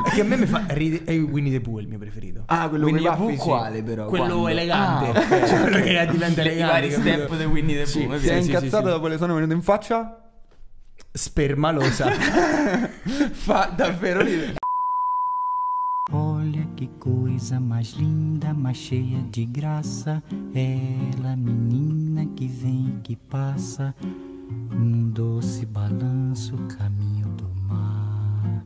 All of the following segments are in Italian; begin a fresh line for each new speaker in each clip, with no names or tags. Che a me mi fa ridere. È Winnie the Pooh è il mio preferito.
Ah, quello
Winnie
coi
the Pooh
baffi, sì.
quale però? Quello
Quando?
elegante.
Ah, ok.
Cioè, quello che diventa
Le- i
elegante.
vari
capito?
step di Winnie the Pooh, mi
Si è
piace, sì, sì,
incazzato
sì.
dopo le sono venute in faccia?
Spermalosa.
Fa davvero ridere.
Olha que coisa mais linda, mais cheia de graça. Ela, menina que vem e que passa, num doce balanço, caminho do mar.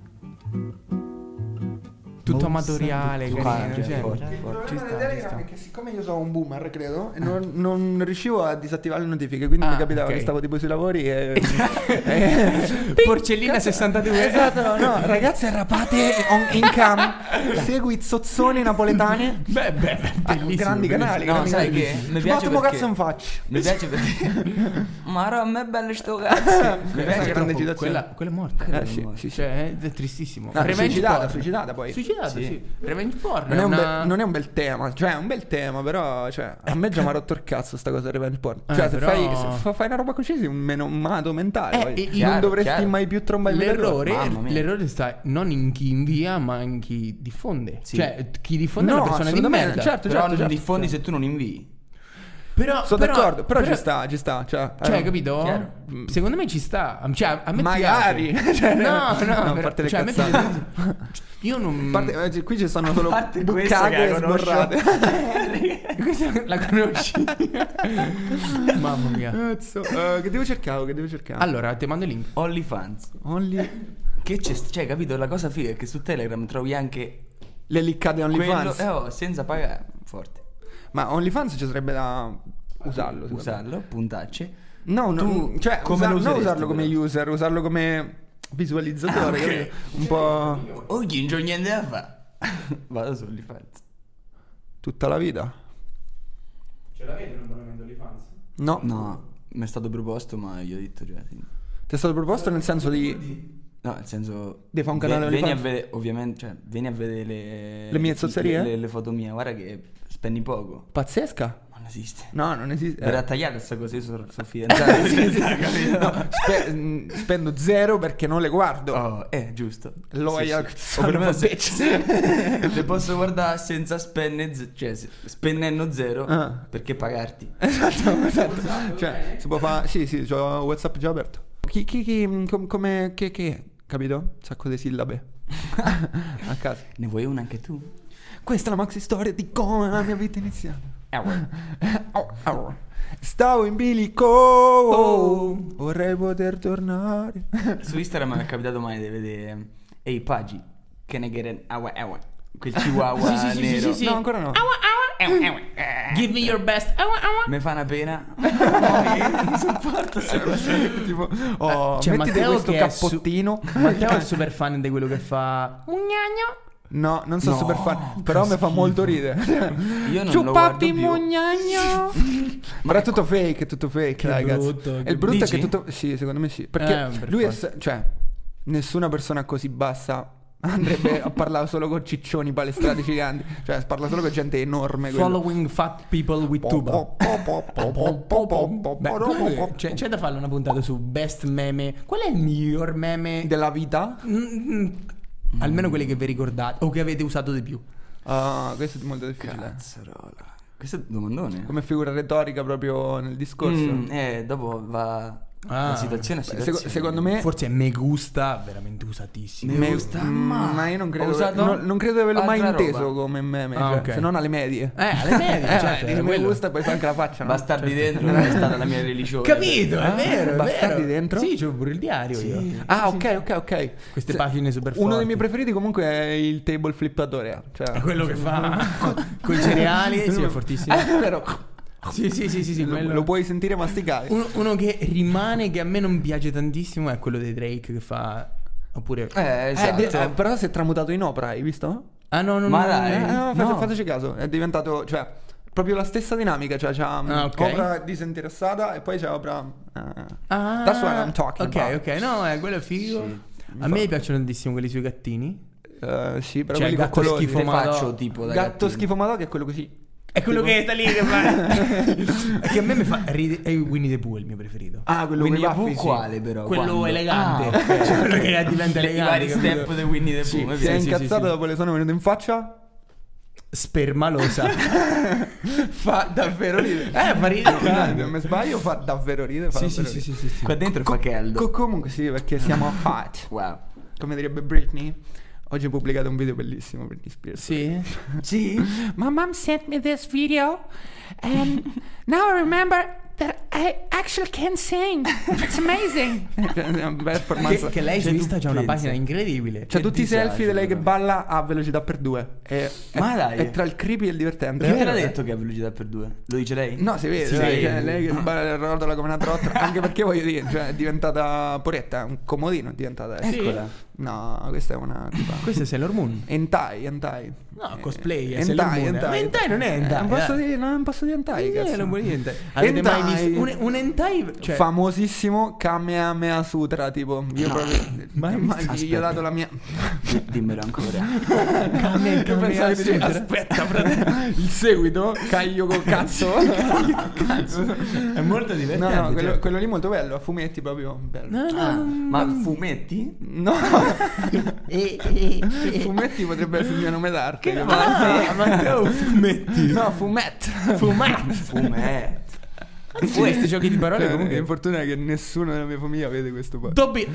Tutto amatoriale,
Mossa
carino.
Qua,
cioè,
forte, forte.
Ci sta, ci sta.
Perché siccome io sono un boomer, credo,
Eh.
e non, non riuscivo a disattivare le notifiche, quindi
Ah,
mi capitava
ok.
che stavo tipo sui lavori e...
Porcellina 62.
Esatto, no, ragazze rapate on- in cam, segui zozzone napoletane,
Beh, beh, beh, bellissimo.
Ah, grandi
bellissimo.
canali,
No,
grandi
sai
canali.
che mi
Ci
piace
battono
perché-
cazzo in faccia.
Mi piace perché. Ma a me è bello sto
Certo,
cazzo. Mi
Questa
piace
grande
troppo.
citazione.
Oh, Quella, quella è morta.
Eh, sì, sì, sì.
Cioè, è tristissimo.
No,
Revenge
suicidata,
porn.
suicidata poi.
Suicidata, sì. Revenge porn.
Non è, un be-
una-
non è un bel tema, cioè è un bel tema, però cioè, a me già mi ha rotto il cazzo sta cosa del revenge porn.
Eh,
Cioè, se,
però-
fai, se fa- fai una roba così sei un menomato mentale.
Eh,
poi.
il-
non
chiaro,
dovresti
chiaro.
mai più trombare
L'errore,
Mamma mia.
l'errore sta non in chi invia, ma in chi diffonde. Cioè, chi diffonde è
No,
una persona di
assolutamente,
merda.
certo.
Però non
certo.
diffondi se tu non invii.
Però,
Sono
però-
d'accordo, però,
però-
ci sta, ci sta. Cioè,
Cioè,
eh,
capito? Mm,
chiaro.
Secondo me ci sta. Cioè, a- a me
Magari.
piace.
Cioè,
no, no,
no, a
però-
parte le
cioè, a me
cazzate.
piace- Io non.
A parte- eh, qui ci sono solo
parte questa che
bucate
la
e
conosco.
sborrate.
Questa la conosci? Mamma mia.
Cazzo, eh, che devo cercare? Che devo cercare?
Allora, ti mando il link.
OnlyFans.
Only...
Che c'è? Cioè, capito? La cosa figa è che su Telegram trovi anche.
Le liccate
Quello,
OnlyFans.
eh, oh, senza pagare. Forte.
Ma OnlyFans ci sarebbe da usarlo. secondo me.
Usarlo, puntacce.
No, no,
Tu
mm, cioè,
come
usa-
lo
non
useresti,
usarlo come user, usarlo come visualizzatore.
Ah,
capito? Un po'
Oggi non c'ho niente da fare. Vado su OnlyFans.
tutta la vita.
Ce l'avete un abbonamento OnlyFans?
No,
No, mi è stato proposto, ma io ho detto "Già, sì".
Ti è stato proposto nel senso di.
No, nel senso.
Devi fare un canale
ve- Vieni a
OnlyFans?
vedere, ovviamente, cioè, vieni a vedere le.
Le mie zozzerie?
Le, le- le foto mie, guarda che spendi poco.
Pazzesca?
Ma non esiste.
No, non esiste.
Verrà
eh.
tagliata questa cosa, io sono, sono fidanzato. sì, sì, capito?
No, spe- mm, spendo zero perché non le guardo.
Oh, eh, giusto.
Loyal
O
son
perlomeno
of a
se-
bitch.
se- le posso guardare senza spenne, ze- cioè se- spennendo zero.
Ah.
Perché pagarti?
Esatto, esatto. Cioè, si può fare. Sì, sì, ho WhatsApp già aperto. Chi, chi, chi, mm, com- come, che, che, capito? Un sacco di sillabe. A caso.
Ne vuoi una anche tu?
Questa è la maxi storia di come la mia vita è iniziata.
Ah,
Au, au. Stavo in bilico. Oh. Vorrei poter tornare.
Su Instagram mi è capitato mai di vedere. Ehi, Pagi, can I get an hour hour? eh, Quel chihuahua
Sì, sì, sì, sì,
nero.
sì, sì.
No, ancora no.
Give me your best. Awa, awa.
Mi fa una pena.
tipo, oh,
Cioè,
mettiti
Matteo
questo
che è su-
cappottino.
Matteo è super fan di quello che fa. Mugnagno.
No, non so
No,
super fan, però mi fa molto ridere.
Io non lo guardo
Ciuppapi
più.
mugnagno. Ma è tutto fake, è tutto fake, ragazzi.
brutto,
e
che-
il brutto
Dici?
è che tutto Sì, secondo me sì, perché
Eh, per
lui è se- cioè nessuna persona così bassa andrebbe a parlare solo con ciccioni palestrati giganti, cioè parla solo con gente enorme quello.
Following fat people with tuba. Beh, comunque, c'è, c'è da fare una puntata su best meme. Qual è il miglior meme?
della vita.
Mm, mm. Almeno quelli che vi ricordate o che avete usato di più.
Ah, questo è molto difficile.
Cazzarola. Questo è un domandone.
Come figura retorica proprio nel discorso.
Mm, eh, dopo va.
Ah.
la situazione a
Beh,
situazione.
seco- secondo me
Forse me gusta, veramente usatissimo.
Me gusta,
mm,
ma-
ma io non credo,
Ho usato
non, non credo di averlo mai
altra
inteso
roba.
come meme,
Ah,
cioè,
ok.
se non alle medie.
Eh, alle medie,
Eh,
certo,
dici,
era
mi
quello.
gusta e poi fa anche la faccia. no?
Bastardi dentro non è stata la mia religione.
Capito, è
Ah,
vero. è
bastardi
vero.
dentro?
Sì, c'ho pure il diario io.
Ah, ok, ok, ok.
Queste
Se-
pagine super
Uno
forti.
dei miei preferiti comunque è il table flippatore. Cioè,
È quello che fa con i cereali. Sì, è fortissimo.
Eh, però
Sì, sì, sì, sì, sì,
lo,
quello-
lo puoi sentire masticare.
Uno, uno che rimane, che a me non piace tantissimo, è quello dei Drake che fa. Oppure.
Eh,
Eh,
esatto.
de- eh, però si è tramutato in opera, hai visto?
Ah, no, no,
Ma
no, no,
dai.
Eh,
no, no.
no,
no.
fate- fateci caso, è diventato, cioè, proprio la stessa dinamica, cioè c'ha mm,
Ah, ok.
opera disinteressata e poi c'è opera... eh.
Ah,
That's what I'm talking
Ok,
about.
ok, no, eh, quello è figo. a me piacciono tantissimo quelli sui gattini.
Eh, sì, però
Cioè,
quelli con
gatto
colori.
schifo
Te
Madò.
faccio tipo da
Gatto
gattino.
schifo madò che è quello così.
È quello che sta lì che fa. che a me mi fa ridere. È Winnie the Pooh è il mio preferito.
Ah, quello con i
Winnie the
baffi,
Pooh
sì.
quale però?
quello
Quando?
elegante.
Ah, ok.
Cioè, quello che diventa
Le- I
elegante.
vari
capito?
step di Winnie the Pooh. mi
Si è
piace.
incazzato dopo le sono venute in faccia?
Spermalosa.
Fa davvero
eh,
ridere.
fa
Se
ridere.
non mi sbaglio, fa davvero ridere. Fa
Sì, sì, sì,
davvero ridere.
sì, sì, sì.
Qua dentro fa caldo.
Co- comunque sì, perché siamo hot.
wow.
Come direbbe Britney. Oggi ho pubblicato un video bellissimo per Spears.
Sì.
Sì. My mom sent me this video and now I remember that I actually can sing. It's amazing. C'è una performance.
Che, che lei su
tu
Insta c'ha una
pensa.
patina incredibile.
C'ha
che
tutti i
disagio,
selfie di lei che
però.
balla a velocità per due. È,
Ma
è-
dai.
È tra il creepy e il divertente.
Chi te l'ha detto che ha velocità per due? Lo dice lei?
Eh. No, si vede,
Si
cioè,
vede. Ah.
cioè, lei che balla rotola come una trottola. Anche perché voglio dire, cioè, è diventata poretta, un comodino è diventata. eh.
Sì.
Eccola.
No, questa è una tipa.
Questa è Sailor Moon.
Entai, entai.
No, cosplay, è
Eh,
Sailor Moon. Ma hentai non è hentai,
non, posso
dai.
dire, no, non posso dire entai,
Eh,
cazzo.
non vuol dire niente. Avete mai
Hentai.
visto un, un hentai? Cioè,
Famosissimo Kamehameha Sutra, tipo. Io proprio.
Mai
ma
visto?
gli ho dato la mia.
Di- Dimmelo ancora.
Kame-
Io pensavo
Kamehameha
che dicevi,
Sutra.
aspetta, frate, il seguito, caglio col cazzo.
È molto
No,
divertente.
no, quello,
cioè.
quello lì molto bello, a fumetti proprio bello.
No, no,
Ah,
no.
ma fumetti?
No,
Eh, eh, eh.
fumetti potrebbe essere il mio nome d'arte.
Ah,
capito?
Matteo, fumetti.
No, fumet.
Fumetti.
Fumetti.
Ah, Questi giochi di parole comunque.
Comunque, l'infortunio Cioè, è che nessuno della mia famiglia vede questo podcast.
Dobbi.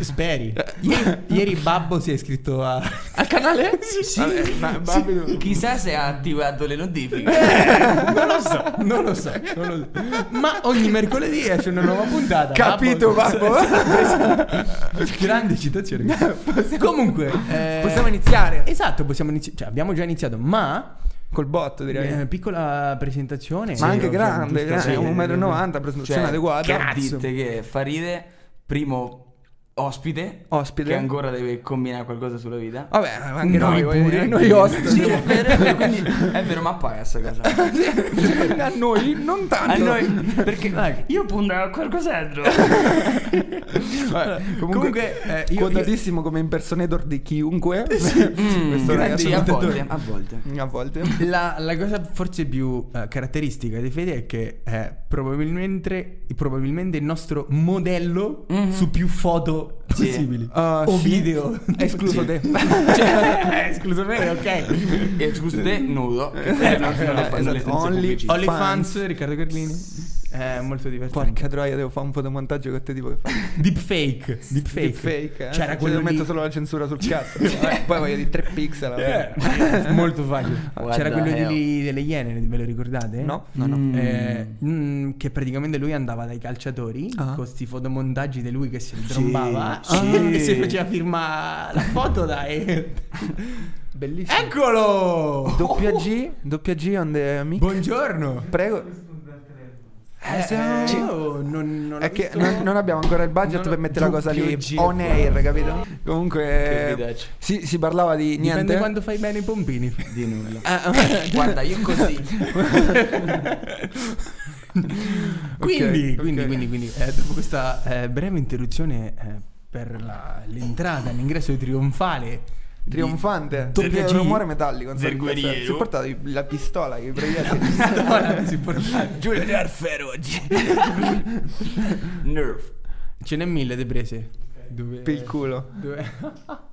Speri.
Eh.
Ieri, ieri Babbo si è iscritto a.
Al canale?
Sì, sì.
Vabbè, ma Babido-
Ah, Chissà se ha attivato le notifiche.
Non lo so, non lo so, non lo so. Ma ogni mercoledì esce una nuova puntata.
Capito,
Babbo.
babbo.
Grande citazione. Comunque, eh,
Possiamo iniziare
Esatto, possiamo iniziare. Cioè, abbiamo già iniziato, ma.
col botto, direi.
eh, piccola presentazione.
Ma anche
Sì,
grande,
giusto,
grande,
sì.
1,90 m, presentazione
Cioè,
adeguata.
cazzo.
Dite che fa ride, primo ospite,
Ospite.
che ancora deve combinare qualcosa sulla vita.
Vabbè, anche
Noi
noi, voglio
pure.
dire, noi ospiti.
Sì, è vero, è vero, quindi è vero, ma paga sta cosa.
a noi non tanto.
A noi, perché io punto a qualcos'altro.
Vabbè, comunque,
Comunque, eh, io-
quotatissimo come impersonator di chiunque.
Mm, grandi,
Questo ragazzo
a
imitatore.
volte, a volte.
a volte.
La, la cosa forse più eh, caratteristica di Fede è che è probabilmente, probabilmente il nostro modello
Mhm.
su più foto
Sì.
possibili
Ah,
o
sì.
video.
Escluso te.
Cioè, eh, escluso me, ok.
E scusa te, Eh, nudo. Eh, no, non le fa- non le
Esatto,
senza
only-
pubblicità.
Only fans, Riccardo Carlini. È molto divertente.
Porca troia, devo fare un fotomontaggio con te tipo che fai.
Deepfake. Deepfake.
Fake, eh?
C'era
Cioè,
quello
io metto
lì.
solo la censura sul cazzo. Vabbè, Poi voglio dire 3 pixel. vabbè.
Eh, molto facile.
Guarda,
C'era quello di
eh, oh.
lì delle Iene, ve lo ricordate?
No, no, no.
Mm.
Eh, mm, che praticamente lui andava dai calciatori
Ah.
con questi fotomontaggi di lui che si trombava
sì.
e si faceva firma la foto dai
Bellissimo.
eccolo
Doppia G, doppia G on the mic.
buongiorno
Prego. Eh, siamo-
Eh, io non, non ho
È che
visto-
non, non abbiamo ancora il budget
Non-
per mettere la cosa lì
doppio G,
on
guarda.
air, capito?
Che
Comunque,
vidaccio.
si, si parlava di
dipende
niente.
quando fai bene i pompini
Di nulla.
Ah,
Guarda, io così.
quindi,
ok.
quindi, quindi, quindi, eh, dopo questa eh, breve interruzione eh, per la- l'entrata, l'ingresso trionfale. di-
Trionfante,
Doppia
Perché è
G.
un rumore metallico. non so
Del
che cazzo è.
guerriero.
Si portavi la pistola che proiettili.
Pistola, si porta-
Giulio di Arfero oggi. Nerf.
Ce n'è mille di prese. Dove...
per il culo.
dove-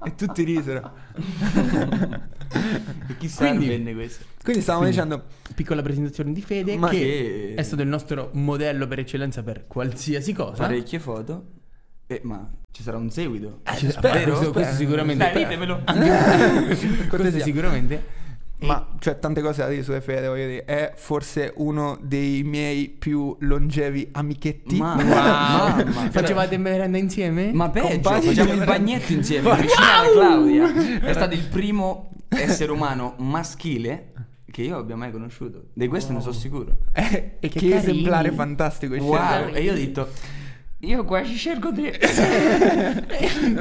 E tutti risero.
E chissà
Quindi-
Quindi, venne questo.
Quindi stavamo
Quindi-
dicendo,
Piccola presentazione di Fede
Ma
che,
che-
è stato il nostro modello per eccellenza per qualsiasi cosa.
Parecchie foto. Eh, ma ci sarà un seguito.
Eh,
Ci-
spero,
vero?
questo, questo sicuramente.
Dai, ditemelo.
questo
Cortesia.
sicuramente.
ma cioè tante cose da dire sulle fede, voglio dire, è forse uno dei miei più longevi amichetti.
Ma-
Wow.
Mamma.
Facevate merenda insieme?
Ma peggio,
Compagni
facciamo
di-
il bagnetto insieme. Vicino alla Claudia. È stato il primo essere umano maschile che io abbia mai conosciuto. Di questo ne sono sicuro.
Eh, e che,
carini.
esemplare fantastico.
Wow.
scegliere.
E io ho detto. Io quasi scelgo te.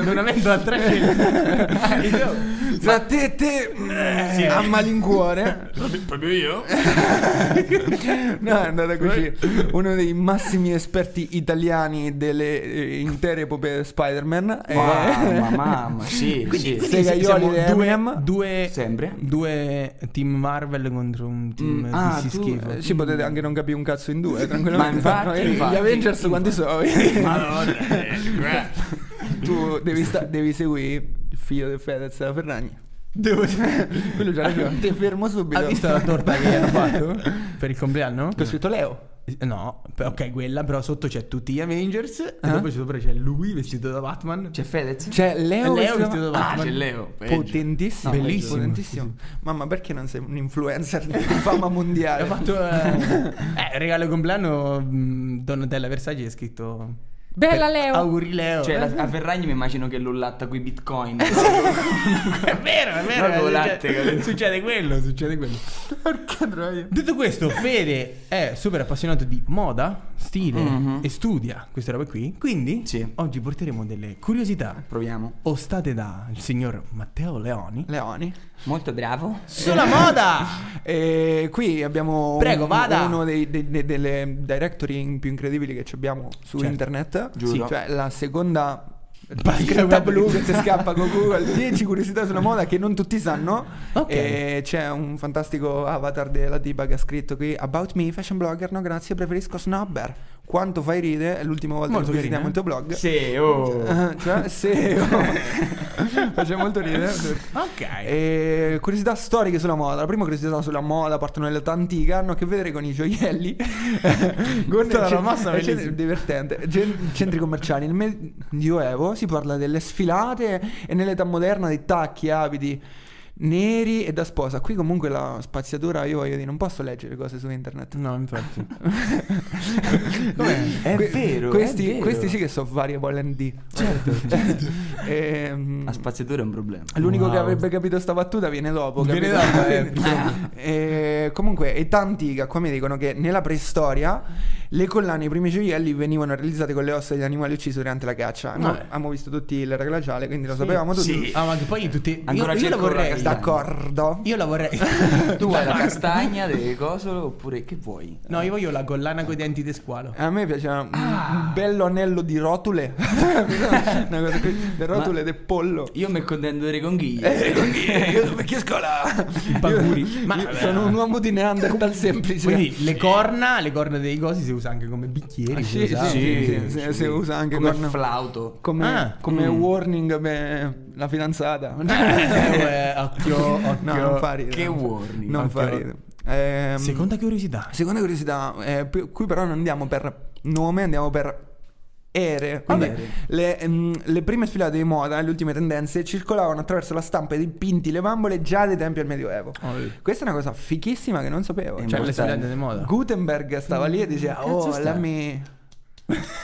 non avendo altra scelta. Io-
Tra te e te eh, a malincuore.
Proprio io?
No, è andata così. Uno dei massimi esperti italiani delle eh, intere epopee di Spider-Man. eh,
Mamma, mamma, sì, sì.
quindi
Segaioli
siamo
di
due,
Eminem.
due,
Sempre.
due team Marvel contro un team
Mm, ah,
DC
tu-
schifo.
eh, Ci potete anche non capire un cazzo in due, tranquillamente. eh,
Ma infatti,
Gli
infatti,
Avengers quanti sono?
Madonna, eh, guarda.
tu devi, sta- devi seguire il figlio del Fedez della Ferragni.
Devo-
Quello già ragione. Ti fermo subito.
Hai visto la torta che gli hanno fatto per il compleanno?
Che ho scritto Leo.
No, p- ok, quella, però sotto c'è tutti gli Avengers e dopo sopra c'è lui vestito da Batman.
Ah. C'è Fedez?
Cioè,
Leo
Leo,
vestito
si chiama-
da
Ah,
Batman.
c'è Leo. peggio.
Potentissimo,
No, bellissimo.
potentissimo. Mamma, perché non sei un influencer di fama mondiale?
Ha fatto eh, eh, regalo di compleanno mh, Donatella Versace è scritto
Bella
per-
Leo.
Auguri Leo.
Cioè, la- a Ferragni mi immagino che l'ollatta con i bitcoin.
è vero, è
Proprio
vero.
latte,
succede,
capito?
succede quello, succede quello.
Porca troia.
Detto questo, Fede è super appassionato di moda, stile
Mhm.
e studia queste robe qui. Quindi
Sì.
oggi porteremo delle curiosità
Proviamo.
ostate dal signor Matteo Leoni
Leoni.
Molto bravo.
sulla moda.
E qui abbiamo
Prego,
un-
vada.
uno dei, dei- dei- delle directory in- più incredibili che ci abbiamo su
Certo.
internet.
Giuro.
Cioè, la seconda
Pagina
scritta
web.
blu che si scappa con Google. 10 curiosità sulla moda che non tutti sanno.
Ok.
E c'è un fantastico avatar della tipa che ha scritto qui: About me, fashion blogger. No, grazie, preferisco snobber. Quanto fai ride? È l'ultima volta
Molto
che visitiamo il
carina, eh?
tuo blog.
Sì, oh.
Ah, cioè, se faceva molto ridere.
Ok.
Eh.
E Eh, curiosità storiche sulla moda. La prima curiosità sulla moda partono dall'età antica, hanno a che vedere con i gioielli. con
Questa è una
cen-
mossa
eh, cen-
bellissima.
divertente. Gen- centri commerciali. Nel Medioevo si parla delle sfilate e nell'età moderna dei tacchi, abiti neri e da sposa. Qui comunque la spaziatura, io voglio dire, non posso leggere cose su internet.
No, infatti.
Com'è? È
Que-
vero, è
Questi,
vero.
questi sì che sono variable and D. Certo,
La spaziatura è un problema.
L'unico che
Wow.
avrebbe capito sta battuta viene dopo.
Viene
capito?
dopo, eh.
Quindi, eh, comunque, età antica, qua mi dicono che nella preistoria le collane, i primi gioielli venivano realizzate con le ossa degli animali uccisi durante la caccia. Abbiamo-
Vabbè.
Abbiamo visto tutti l'era glaciale, quindi lo sapevamo tutti.
Sì.
Ah, ma che poi tutti. Io,
Ancora
io la
cerco la
vorrei.
castagna.
D'accordo.
Io la vorrei.
Tu vuoi la castagna, delle cose, oppure che vuoi?
No, io voglio la collana coi denti di squalo.
A me piaceva un- un bello anello di rotule. Una cosa così, le rotule del pollo.
Io mi contento delle conchiglie.
Eh, Io perché scola?
I baguri. Ma
Io sono un uomo di Neanderthal semplice.
Quindi le corna, le corna dei cosi si usa anche come bicchieri. si
Ah, sì,
usava.
Esatto. sì, sì, se- se usa anche
come
con-
flauto.
Come,
Ah.
come warning per la fidanzata.
Eh, eh, occhio, occhio.
No, non fa ridere.
Che warning.
Non
Ok.
fa ridere. Ehm,
Seconda curiosità.
seconda curiosità, eh, pi- qui però non andiamo per nome, andiamo per ere. Quindi
Vabbè.
le, ehm, le prime sfilate di moda, le ultime tendenze, circolavano attraverso la stampa e dipinti le bambole già dai tempi del Medioevo. Questa è una cosa fichissima che non sapevo.
È
Oh. Cioè,
Cioè,
le sfilate di moda.
Gutenberg stava lì e diceva,
cazzo
oh,
sta?"
lemmi...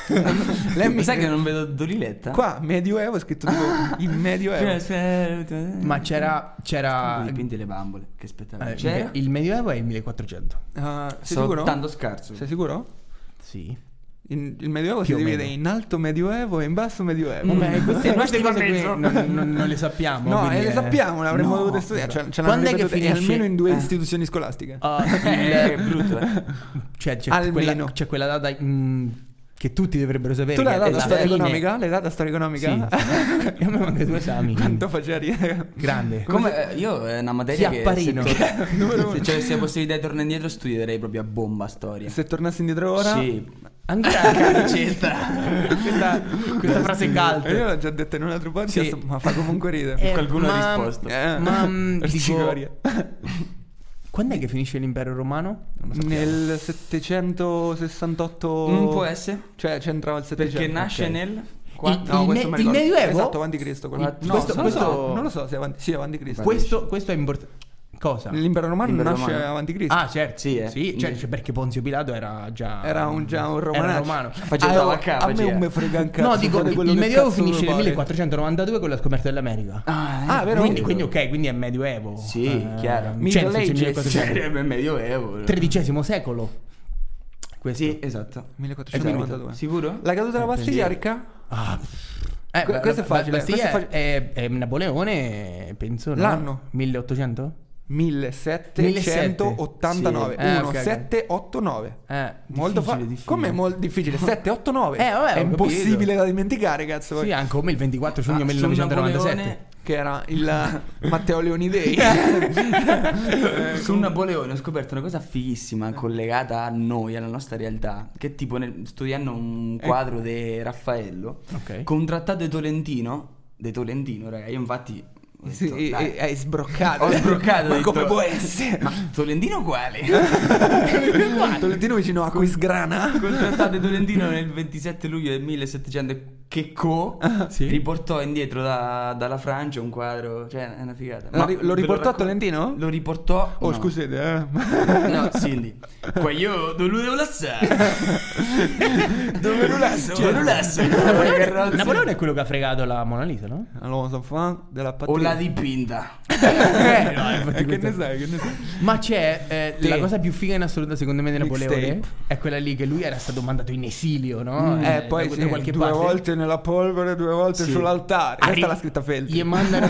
Lei mi
lemmi...
sa che non vedo Doriletta?
Qua, Medioevo, è scritto tipo in
Cioè,
Medioevo.
se-
Ma c'era. c'era
Comunque dipinti le bambole. Che Cioè, spettacolo.
eh,
C'era?
il Medioevo è il 1400.
Ah, sei
Sono
sicuro?
tanto scarso.
Sei sicuro?
Sì.
In- il Medioevo
Più
si
o
divide
meno.
in alto Medioevo e in basso Medioevo.
Vabbè, Mm. queste,
Eh,
queste
questo
cose qui
pomeriggio.
non, non- non le sappiamo.
No,
quindi,
e le
eh,
sappiamo, l'avremmo
no,
dovuto studiare. Cioè, ce
Quando è
l'hanno
che
ripetuto- e
finisce?
almeno in due
Eh.
istituzioni scolastiche.
Ah, il-
Eh, che brutto. eh.
Cioè, c'è
Almeno.
quella, c'è quella data mm, che tutti dovrebbero sapere.
tu
che
l'hai
è
data
la
storia
fine.
economica? L'hai data storia
Sì.
economica?
E a me mancano due esami.
Quanto faceva ridere?
Grande.
Come, eh, io è una materia
Sì,
che
apparino.
se, se c'avessi la possibilità di tornare indietro studierei proprio a bomba storia.
Se tornassi indietro ora...
Sì.
Ancora questa, questa frase è
E Eh, Io
calda.
l'ho già detta in un altro podcast,
Sì.
ma fa comunque ridere.
Eh,
qualcuno
ma-
ha risposto.
Eh,
Ma mm,
Cicoria.
dico, quando è che finisce l'impero romano? Non lo
Mm,
so.
Nel 768...
Non può essere.
Cioè, c'entrava il 700.
Perché nasce
ok.
nel...
Il- il me-
me
il
ricordo.
Medioevo?
Esatto, avanti Cristo. quello.
Il-
No,
questo-
non, lo so,
questo-
non lo so se avanti, sì, avanti Cristo.
Questo, questo è importante. Cosa?
L'impero romano
L'impero
nasce
romano.
avanti Cristo.
Ah, certo.
Sì, eh.
cioè, cioè, perché Ponzio Pilato era già.
era un, già un
era
romanaccio.
romano.
Faceva la
oh,
vacca,
A me
faceva.
non mi frega un cazzo.
No, dico,
fate
il
quello che
Medioevo
cazzo
finisce
vi
nel
pare.
1492 con la scoperta dell'America.
Ah, vero?
eh. Quindi, quindi ok, quindi è Medioevo.
Sì,
Eh,
chiaro.
cioè,
Middle
nel senso,
Ages,
il 1400.
Cioè, è medioevo.
XIII secolo. Questo.
Sì, esatto.
1492.
Sicuro?
La caduta della Bastiglia, ricca?
Ah, eh,
Que-
beh,
questo è
la- la
facile,
Bastiglia
questo
è,
è
è Napoleone, penso. no?
L'anno?
1800?
1789.
Sì. Eh,
1,
ok, ok.
7, 8, 9.
Eh,
Molto
difficile,
facile.
difficile.
Come molto difficile? 7, 8, 9.
Eh, vabbè,
è
ho
impossibile
capito.
da dimenticare, cazzo.
Sì,
poi.
anche come il 24 giugno
Ah, sul
1997.
Napoleone-
Che era il Matteo Leonidei. Eh,
Su Napoleone ho scoperto una cosa fighissima collegata a noi, alla nostra realtà. Che tipo, nel- studiando un
Eh.
quadro di Raffaello,
Ok.
con un trattato di Tolentino, di Tolentino, raga, io infatti... ho detto,
Sì, e-
dai,
e- hai sbroccato.
Ho sbroccato. ho
Ma
detto,
come può essere?
Ma Tolentino quale?
Tolentino vicino a Quisgrana.
Col trattato di Tolentino nel 27 luglio del 1700 che co
sì.
riportò indietro da- dalla Francia un quadro, cioè è una figata.
Lo
Ma
ri- lo
ve
riportò
raccon-
Tolentino?
Lo riportò
Oh,
no.
scusate, eh.
No, Cindy. Qua io non lo devo lasciare. Dove lo lascio?
Cioè,
Dove lo lascio?
Napoleone, Napoleone è quello che ha fregato la Mona Lisa, no?
Allora, fan della
O
patria.
la dipinta.
Eh, no, infatti
Eh, che
questo-
ne sai, che ne sai?
Ma c'è eh,
Sì.
la cosa più figa in assoluto, secondo me, di Napoleone.
Mixtape.
È quella lì che lui era stato mandato in esilio, no?
Eh, poi
da,
sì,
da qualche
due
parte.
volte nella polvere, due volte
Sì.
sull'altare. Questa
Arri-
è la scritta Feltri.
Gli mandano,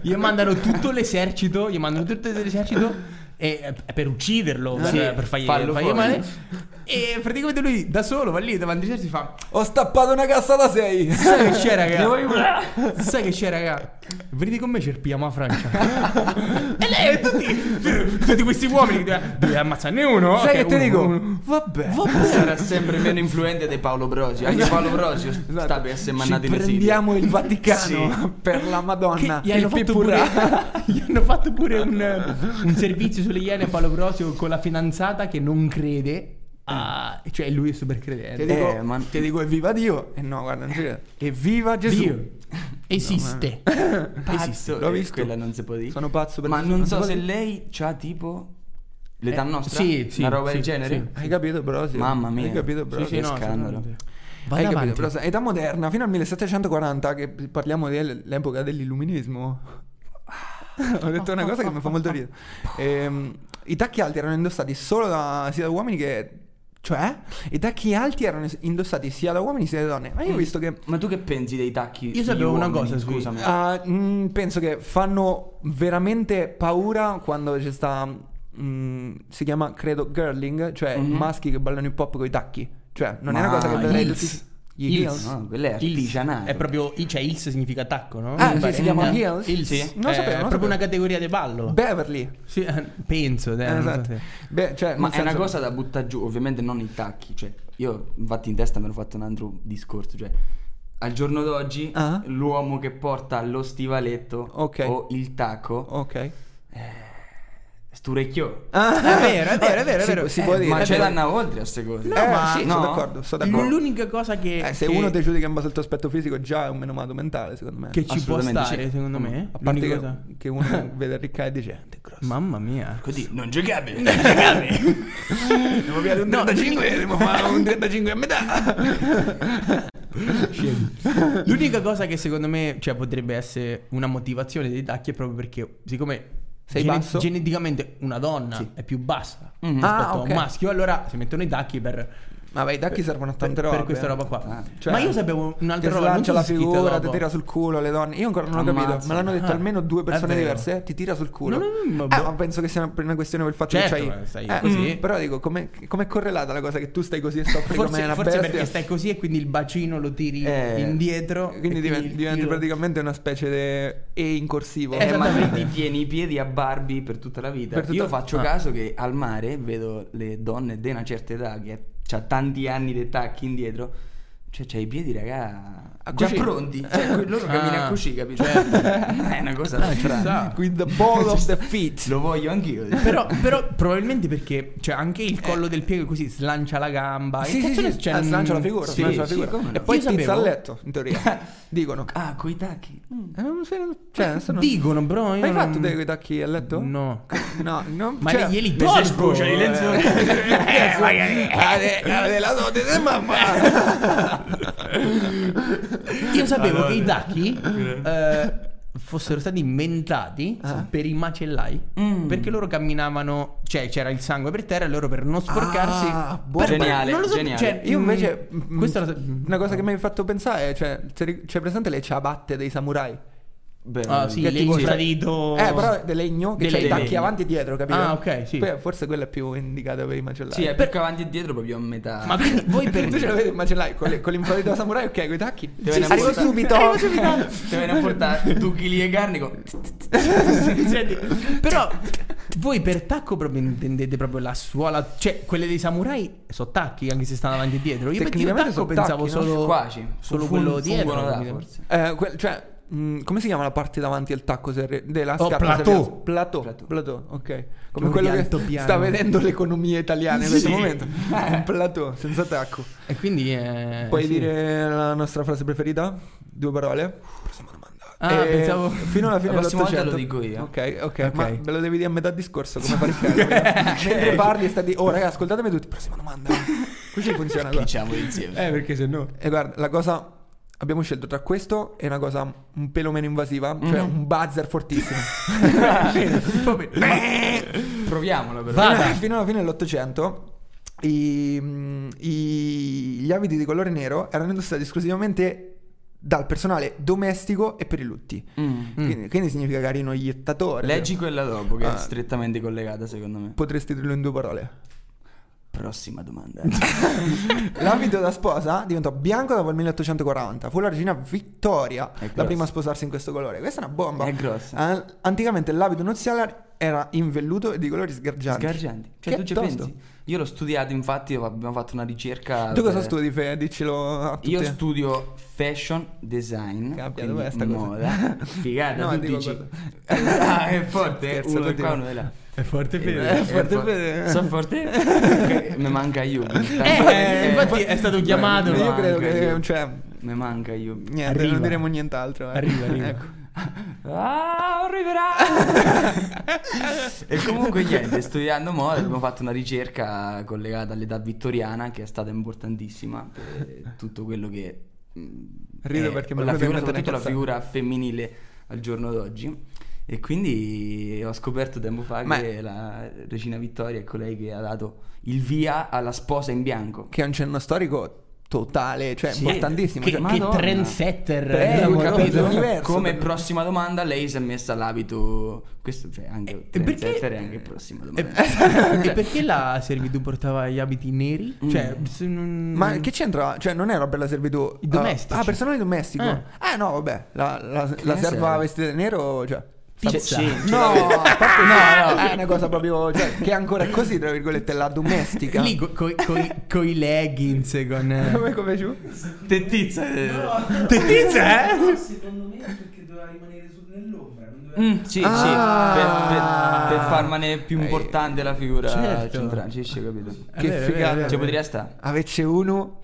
gli mandano tutto l'esercito, gli mandano tutto l'esercito e- eh, per ucciderlo,
Sì,
per, per fargli,
fallo
fargli
fuori.
male. E praticamente lui da solo va lì davanti all'esercito e fa
Ho stappato una cassa da 6.
Sai che c'è
Ne vuoi una?
raga? Sai che c'è raga? Venite con me cerpiamo a Francia. e lei e tutti, tutti questi uomini deve, deve ammazzarne uno.
Sai
Ok,
che ti
uno,
dico?
uno.
Vabbè.
Sarà sempre meno influente di Paolo Brosi. Anche Paolo Brosi sta per essere mandato
Esatto. Ci
in esilio.
prendiamo il Vaticano
Sì.
per la Madonna.
Che gli, hanno
Il
fatto pure,
Pipurà.
gli hanno fatto pure un, un servizio sulle Iene a Paolo Brosio con la fidanzata che non crede. a- cioè, lui è super credente.
Ti dico,
Eh, ma-
ti dico evviva Dio. E no, guarda, non ci credo. Evviva Gesù.
Dio esiste.
Esiste,
l'ho visto.
Quella non si può dire.
Sono pazzo per
Ma
Gesù,
non
non
so
si può
se
dire.
lei c'ha tipo l'età
Eh,
nostra.
sì, sì,
Una roba
sì,
del genere.
sì.
Hai capito, bro? Sì.
Mamma mia.
Hai capito, bro?
Sì, sì,
Che
no,
scandalo.
assolutamente.
Vai
Hai capito,
avanti.
bro? Età moderna, fino al 1740, che parliamo dell'epoca dell'illuminismo. Ho detto una cosa che mi fa molto ridere. Ehm, I tacchi alti erano indossati solo da, sia da uomini che... Cioè, i tacchi alti erano indossati sia da uomini sia da donne. Ma io ho visto che...
Ma tu che pensi dei tacchi?
Io sapevo una cosa, scusa.
scusami.
Ah, mm, penso che fanno veramente paura quando c'è sta. mm, si chiama, credo, girling, cioè maschi che ballano hip hop con i tacchi. Cioè, non è una
Ma
cosa che vedrei.
heels.
Gli
Heels.
heels.
No, quello è
Ils.
artigianato.
È proprio, cioè, Ils significa attacco, no?
Ah,
Mi
sì,
pare.
si chiama
Eh,
heels?
Ils.
Sì. Non lo
Eh,
sapevo, non
È
lo
proprio
sapevo.
una categoria di ballo.
Beverly.
Sì, eh, penso. dai, non so
esatto.
se-
Beh, cioè,
Ma
nel
è una
senso-
cosa da buttare giù, ovviamente non i tacchi. Cioè, io infatti in testa me l'ho fatto un altro discorso. Cioè, al giorno d'oggi,
Ah.
l'uomo che porta lo stivaletto
Ok. Oh.
o il tacco,
Ok.
sturecchio.
È vero, è vero, è vero. è
Ah, Si-
vero.
si
Eh,
può dire.
Ma
è
c'è
vero.
l'anna oltre a queste cose.
Eh,
ma-
sì, sono
no.
d'accordo, sono d'accordo.
Eh, L'unica cosa che.
Eh, se
che-
uno ti giudica in base al tuo aspetto fisico, già è un menomato mentale, secondo me.
che ci può
Assolutamente
stare,
sì.
secondo me.
a parte
l'unica
che,
cosa-
che uno vede ricca e dice, "Gente, è grosso.
Mamma mia.
Così, non giocabile. Non giocabile.
Devo via di un 35, devo fare un 35 a metà.
L'unica cosa che secondo me cioè, potrebbe essere una motivazione dei tacchi è proprio perché, siccome
Sei basso?
geneticamente una donna è più bassa
Mhm.
rispetto
Ah,
a
ok.
un maschio, allora si mettono i tacchi per,
Ma vai, da chi servono
per,
tante robe?
per questa roba qua.
Cioè,
Ma io sapevo
Ti
un'altra roba. Non
slancia
so
la
se è scritta
figura, ti
dopo.
tira sul culo le donne. Io ancora non ho capito.
Ammazza.
Me l'hanno detto
Ah,
almeno due
è
persone
vero.
diverse. Ti tira sul culo.
No, no, no,
Eh,
ma- boh.
ma penso che sia per una questione per il fatto
Certo,
che c'hai.
eh, stai
eh,
così.
mm, Però dico, com'è, com'è correlata la cosa che tu stai così e soffri come
Forse,
una
forse
bestia?
perché stai così e quindi il bacino lo tiri
Eh,
indietro. e
Quindi diven-
il
diventi
tiro-
praticamente una specie di E in corsivo.
Eh,
Eh, ma tu
Esattamente.
ti tieni i piedi a Barbie per tutta la vita.
Per tutta-
Io faccio
Ah.
caso che al mare vedo le donne di una certa età che ha tanti anni di tacchi indietro. Cioè, c'hai i piedi, raga.
A
Già
cucì.
pronti. Cioè, que- loro
Ah. Cioè,
camminano così, capito? è una cosa da
ci
strana.
sta.
With the ball of the feet.
Lo voglio anch'io.
Però, però probabilmente perché cioè anche il collo del piego così slancia la gamba.
Eh.
Che
Sì, sì,
cazzo ne-
sì,
cioè,
ah, slancia la
mm,
figura,
sì,
slancia la
sì,
figura.
come no.
e poi
Io
ti pizza al
sapevo-
letto, in teoria. Dicono.
Ah, coi tacchi. Mm.
Eh, non sei- cioè, non sono-
Dicono, bro. io non-
Hai fatto dei quei tacchi a letto?
No.
No, non
Ma
cioè,
glieli
Mi si
tolgo.
sbruciano i lenzuoli.
Eh, magari.
La de- la
Eh,
eh,
della dote di mamma.
Io sapevo che i tacchi eh, fossero stati inventati
Ah.
per i macellai
Mm.
perché loro camminavano cioè c'era il sangue per terra e loro per non sporcarsi
Ah, buono.
per-
Geniale,
non lo so,
geniale.
cioè,
Io
mm,
invece, mm,
questa la- mm,
una cosa che mi hai fatto pensare, cioè, se ri- c'è presente le ciabatte dei samurai?
ah sì
che
le
tipo-
infradito
Eh, però è di legno, che
Di
c'è i
Oh. legno.
tacchi avanti e dietro, capito?
Ah, ok, sì.
Poi forse quella è più indicata per i macellai.
Sì, è perché avanti e dietro proprio a metà.
ma quindi voi per
Tu ce l'avete il macellaio con, le- con l'infradito samurai, ok, con i tacchi.
viene a
Arrivo
portare-
subito.
Arrivo subito.
Ti viene a portare due chili di carne con...
Senti, però voi per tacco proprio intendete proprio la suola, cioè quelle dei samurai sono tacchi anche se stanno avanti e dietro. Io per dire
Tecnicamente
tacco
sono
pensavo
tacchi, no?
solo
Quasi.
solo
Fun-
quello dietro,
fungono da,
capito?
forse.
Eh, que- cioè, mh, come si chiama la parte davanti al tacco? se re- della
Oh,
scarpa?
plateau.
se re- Plateau.
Plateau.
Plateau. ok. Come
Gli
quello che
altopiani.
sta vedendo l'economia italiana in questo
Sì. Eh.
momento. Un plateau, senza tacco.
E quindi eh,
Puoi
sì.
dire la nostra frase preferita? Due parole? Prossima domanda.
Ah,
Eh,
pensavo-
Fino alla fine
La prossima volta
dell'Ottocento.
lo dico io.
Ok, ok,
Ok.
ma ve lo devi dire a metà discorso come fare il cazzo. Mentre parli e sta di... Oh, ragazzi, ascoltatemi tutti. Prossima domanda. Così funziona. guarda.
Diciamo insieme.
Eh, perché se no
E guarda, la cosa abbiamo scelto tra questo e una cosa un pelo meno invasiva, cioè
Mm-hmm.
un buzzer fortissimo. eh,
Proviamola però.
Va. Vada.
Fino alla fine dell'Ottocento i- i- gli abiti di colore nero erano indossati esclusivamente dal personale domestico e per i lutti.
Mm.
Quindi, quindi significa carino iettatore.
Leggi quella dopo che
Ah.
è strettamente collegata secondo me.
Potresti dirlo in due parole.
Prossima domanda.
L'abito da sposa diventò bianco dopo il 1840. Fu la regina Vittoria la
grosso.
prima a sposarsi in questo colore. Questa è una bomba.
È grossa.
An- anticamente l'abito nuziale era in velluto e di colori sgargianti.
Sgargianti. Cioè
Che
tu ci
tosto.
pensi? Io l'ho studiato infatti, abbiamo fatto una ricerca.
Tu cosa
per-
studi, Fe? Diccelo a tutti.
Io studio fashion design,
Cappia,
quindi
dov'è sta cosa?
moda. Figata,
No,
tu
dico
dici. ah,
guarda.
è forte,
Scherzo,
uno è
continua.
qua, uno è là.
è forte
Eh,
forte,
for-
Fede.
Sono forte? Mi manca io.
Eh, infatti è stato chiamato.
Io
Manca,
credo che. Cioè,
Mi manca io.
niente,
Arriva.
non diremo nient'altro. eh.
Arriva, arriva.
Ecco.
Ah, arriverà! e comunque niente, studiando moda abbiamo fatto una ricerca collegata all'età vittoriana che è stata importantissima per tutto quello che... mh,
Rido
è
perché me
la
lo
figura,
sono inventato
soprattutto la
una
figura femminile al giorno d'oggi. E quindi ho scoperto tempo fa
Ma-
che la regina Vittoria è colei che ha dato il via alla sposa in bianco.
Che è un cenno storico totale, cioè
Sì.
importantissimo.
Che,
cioè,
che
Madonna.
trendsetter
Eh,
della
ho
moda.
capito. Universo,
Come
però.
prossima domanda, lei si è messa l'abito. Questo, cioè, anche
e perché-
trendsetter è anche prossima
E,
domanda.
e perché la servitù portava gli abiti neri? Cioè, se non-
Mm. Ma che c'entra? Cioè, non era per la servitù.
I domestici.
Ah, personale domestico.
Eh.
Ah, no, vabbè. La, la,
Che
la
ne
serva
sai?
vestita di nero, cioè.
Pizza.
C'è- c'è-
No, proprio
No,
no,
no.
è una cosa proprio cioè, che è ancora così, tra virgolette, la domestica.
Lì co- coi- coi- coi leggings con eh,
Come, come giù?
Cioè, Tettizza. eh.
Tettizza, eh?
Secondo me è perché doveva rimanere su- nell'ombra, non doveva
Mm, sì,
Ah.
sì. Per, per, per farmene più importante la figura
Certo.
centrale. Sì, sì, ho capito.
È
Che
vero, è
figata.
vero, è
Ci
vero.
potrebbe stare.
Avete uno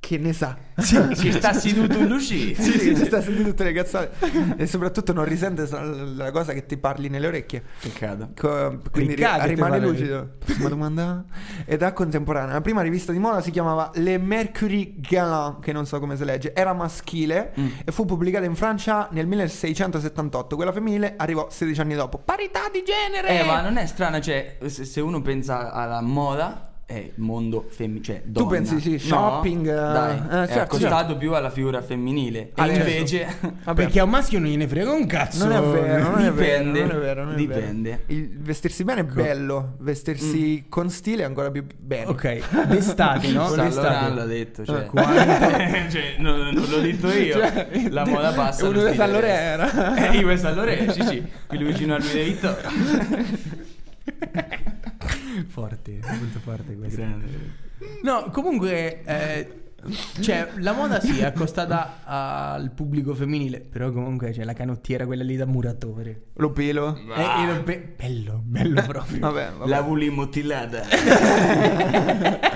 che ne sa.
Sì, ci sta seduto in uscita.
Sì, sì, ci sta sentendo tutte le cazzate. e soprattutto non risente sa- la cosa che ti parli nelle orecchie.
Peccato.
Co- Quindi ri-
Ricca che te
rimane
parla-
lucido. Prossima domanda. Età contemporanea. La prima rivista di moda si chiamava Le Mercury Galant, che non so come si legge. Era maschile
Mm.
e fu pubblicata in Francia nel 1678. Quella femminile arrivò 16 anni dopo. Parità di genere!
Eh, ma non è strano, cioè, se, se uno pensa alla moda, è mondo femminile, cioè donna.
pensi, sì,
No,
shopping, eh,
dai,
eh,
è
certo,
accostato più alla figura femminile. E
Ah, certo.
invece...
Vabbè.
Perché a un maschio non gliene frega un cazzo.
Non è vero, non è vero, non
Dipende.
è vero, non è vero.
Dipende.
Il vestirsi bene è bello, vestirsi con stile è ancora più bello.
Ok,
Ah,
d'estate, no?
Sa, Laurent l'ha
D'estate.
Ah,
detto, cioè,
Quanto-
Cioè, non, non l'ho detto io. la moda passa.
Cioè, Uno
lo
da
stile
San
resta.
Lorena.
Eh, io questo allora, sì, sì, quello vicino a lui De Vittorio.
Forte, molto forte questo. No, comunque, eh, cioè, la moda sì, è accostata al pubblico femminile, però comunque c'è la canottiera, quella lì da muratore.
Lo pelo.
Eh, io be- bello, bello proprio.
Ah. Vabbè, vabbè.
La vulli mutillata.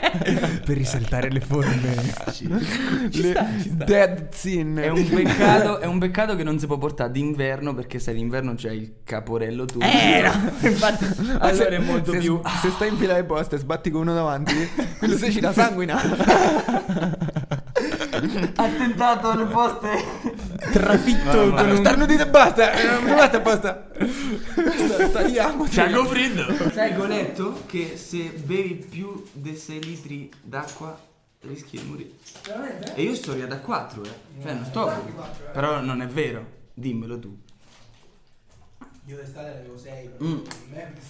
per risaltare le forme. Ci
Le-
sta, ci sta.
Dead Sin.
È un, peccato, è un peccato che non si può portare d'inverno perché se d'inverno c'è il caporello tu.
Eh, no, infatti,
Allora è molto
se,
più...
Se stai in fila ai poste e sbatti con uno davanti, quello se ci da sanguina.
Attentato alle poste.
Trafitto
Mamma
con
mia.
un...
Starnutite e basta. eh, Non provate apposta. Sta- Stagliamo.
freddo.
Sai, ho letto che se bevi più di 6 litri d'acqua rischi di morire.
Veramente?
E io sto via da 4, eh. Cioè, non sto. Però non è vero. Dimmelo tu.
Io d'estate ne avevo 6.
Mm.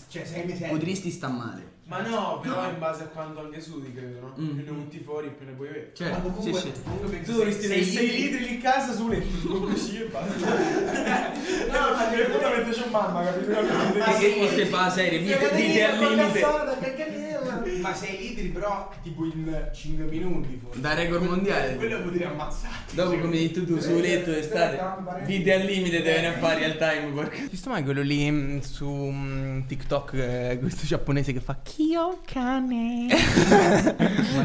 Cioè 6 mesi.
Potresti sta male.
Ma no, però in base a quanto anche sudi, credo, no?
Mm.
Più ne butti fuori, più ne puoi avere.
Cioè,
Ma comunque,
sì, sì.
comunque penso
Tu dovresti
sei
nei
6
litri-
litri lì in casa su letto, con così e basta. no, ma dire quello mentre c'è mamma, capito?
Ma che molte fa serie? Dite, dite al limite.
Ma 6 litri però tipo in 5 minuti forse.
Da record mondiale.
Quello vuol dire Cioè, ammazzato.
Dopo come hai detto tu, su letto d'estate. Vite al limite deve venire a fare al time. Porca.
Visto mai quello lì mh, su mh, TikTok, eh, questo giapponese che fa Kyokane?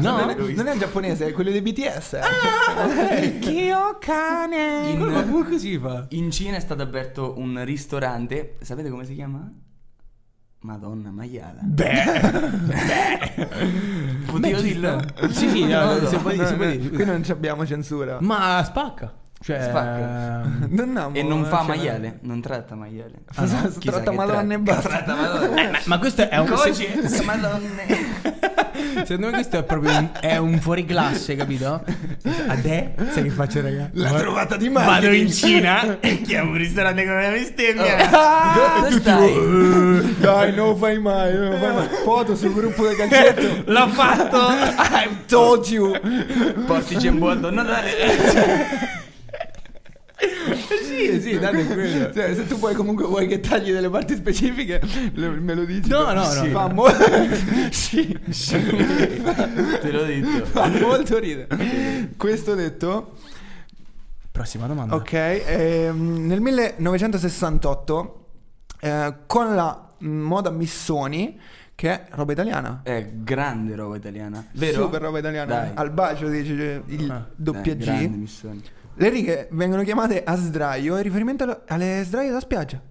No, non è, non è il giapponese, è quello dei BTS.
Kyokane!
In-
Quello fa proprio così fa.
In Cina è stato aperto un ristorante. Sapete come si chiama? Madonna maiala. Potevo
Beh, ci
dirlo?
sta. Sì, sì, no,
No, no.
se puoi,
No,
se puoi
no,
dire.
qui non ci abbiamo censura.
Ma spacca. Cioè,
Spacca.
ehm,
Non amo-
E non fa
cioè,
maiale, non tratta maiale.
Ah, no? Tratta
Chissà che
madonna e basta.
Tratta madonna.
eh, ma, ma questo è un.
Oggi
se-
è madonna.
secondo me, questo è proprio un, è un fuoriclasse, capito? A te, sai che faccio, raga?
La trovata di mano.
Vado in Cina e chiamo un ristorante con una bestemmia.
Oh.
Ah,
Dove stai?
Dai, non lo fai mai, non lo fai mai. Foto sul gruppo del calcetto.
L'ho fatto.
I told you.
Portici un buon Don Natale.
Sì, sì, tanto è quello. Cioè, se tu poi comunque vuoi che tagli delle parti specifiche, le- me lo dici.
No, no, no.
Sì. Fa, mo- sì,
Te l'ho detto.
fa molto ridere. Questo detto,
Prossima domanda.
ok, ehm, nel 1968, eh, con la moda Missoni, che è roba italiana.
È grande roba italiana. Vero?
Super roba italiana.
Dai.
Al bacio dice cioè, il
Ah,
doppia
Dai,
G.
grande missione.
Le righe vengono chiamate a sdraio in riferimento allo- alle sdraio da spiaggia.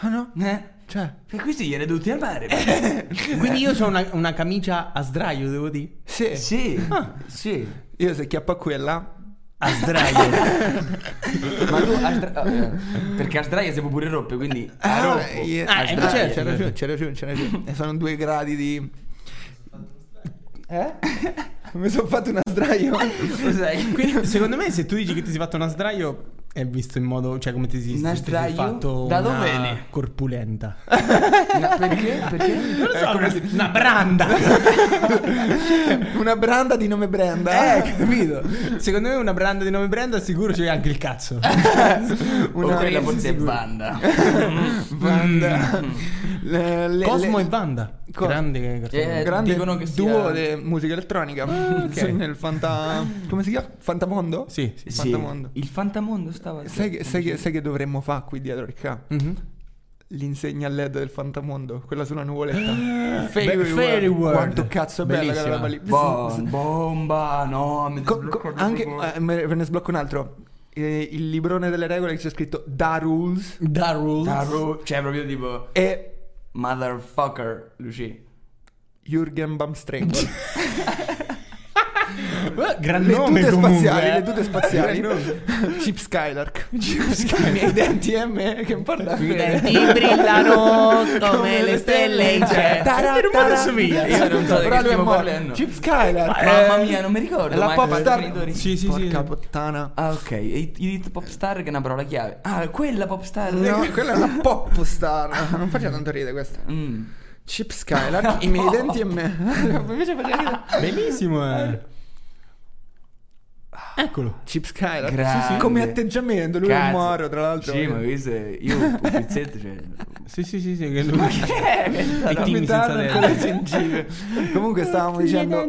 Ah no?
Eh?
Cioè,
Per questi gli era tutti al mare.
Eh.
Quindi io ho una, una camicia a sdraio, devo dire.
sì.
Sì.
Ah.
Sì.
Io se chiappa quella.
A sdraio.
Ma tu a sdra- oh, eh, perché a sdraio si può pure roppe, quindi a
Ah,
roppo.
io-
Ah,
a
eh, certo,
sdraio, c'è
certo.
ragione, c'è ragione, c'è ragione. E sono due gradi di. Eh? Mi sono fatto una sdraio.
Lo sai?
Quindi, secondo me, se tu dici che ti sei fatto una sdraio, è visto in modo. cioè, come ti sei,
Una
ti sei
sdraio?
fatto.
Da
una
dove viene?
Corpulenta.
No, perché? Perché?
Non lo so, una, una branda.
una branda di nome Brenda.
Eh, capito? Secondo me, una branda di nome branda, sicuro c'è anche il cazzo.
Una
una
quella forse è banda.
Branda. Le- le-
Mm. Cosmo
le-
e Banda.
Cos-
Grande cartone.
Eh,
grande
dicono che sia-
duo di musica elettronica Sì, nel fanta come si chiama fantamondo
Ah, Sì, sì.
Sì.
Fantamondo.
Il fantamondo stava
sai che, sai che- sai che dovremmo fare qui dietro il ca
Mhm.
l'insegna LED del fantamondo quella sulla nuvoletta
Beh, Ah, Fairy World.
quanto cazzo è bella
Bellissima.
quella roba lì
Bom- bomba, no, mi
Co- co- anche eh, me me ne sblocco un altro Eh, il librone delle regole che c'è scritto da rules
Da Rules.
Taro- cioè proprio tipo
e
motherfucker, Luci.
Jürgen Bamstrenkel
Eh, gran
le
nome
tute
comunque,
spaziali,
eh.
le tute spaziali. Chip Skylark. I miei denti e me che importa a
I
fede.
denti brillano come le stelle in
cioè,
cielo.
Tara,
Per un po'
tara.
ne somiglia.
Io non so di
Però
che
lui è
stiamo
morto.
parlando.
Chip Skylark.
Mamma
eh,
mia, non mi ricordo.
è la
ma
pop
quei
star.
genitori.
Sì, sì,
Porca
sì.
puttana.
Ah, ok. E i- i hit pop star che è una parola chiave. Ah, quella pop star.
No, quella è una pop star. Non faccia tanto ridere questa.
Mm.
Chip Skylark, i miei denti e me. Invece faceva ridere.
Benissimo, eh. Eccolo.
Chip Skylark.
Grande.
Come atteggiamento, lui è
Cazzo.
moro, tra l'altro.
Sì, ma questo è- io un pizzetto, cioè.
Sì, sì, sì, sì, che lui. Ma che è? Timmy senza
Capitano con le
denti.
gengive. Comunque stavamo dicendo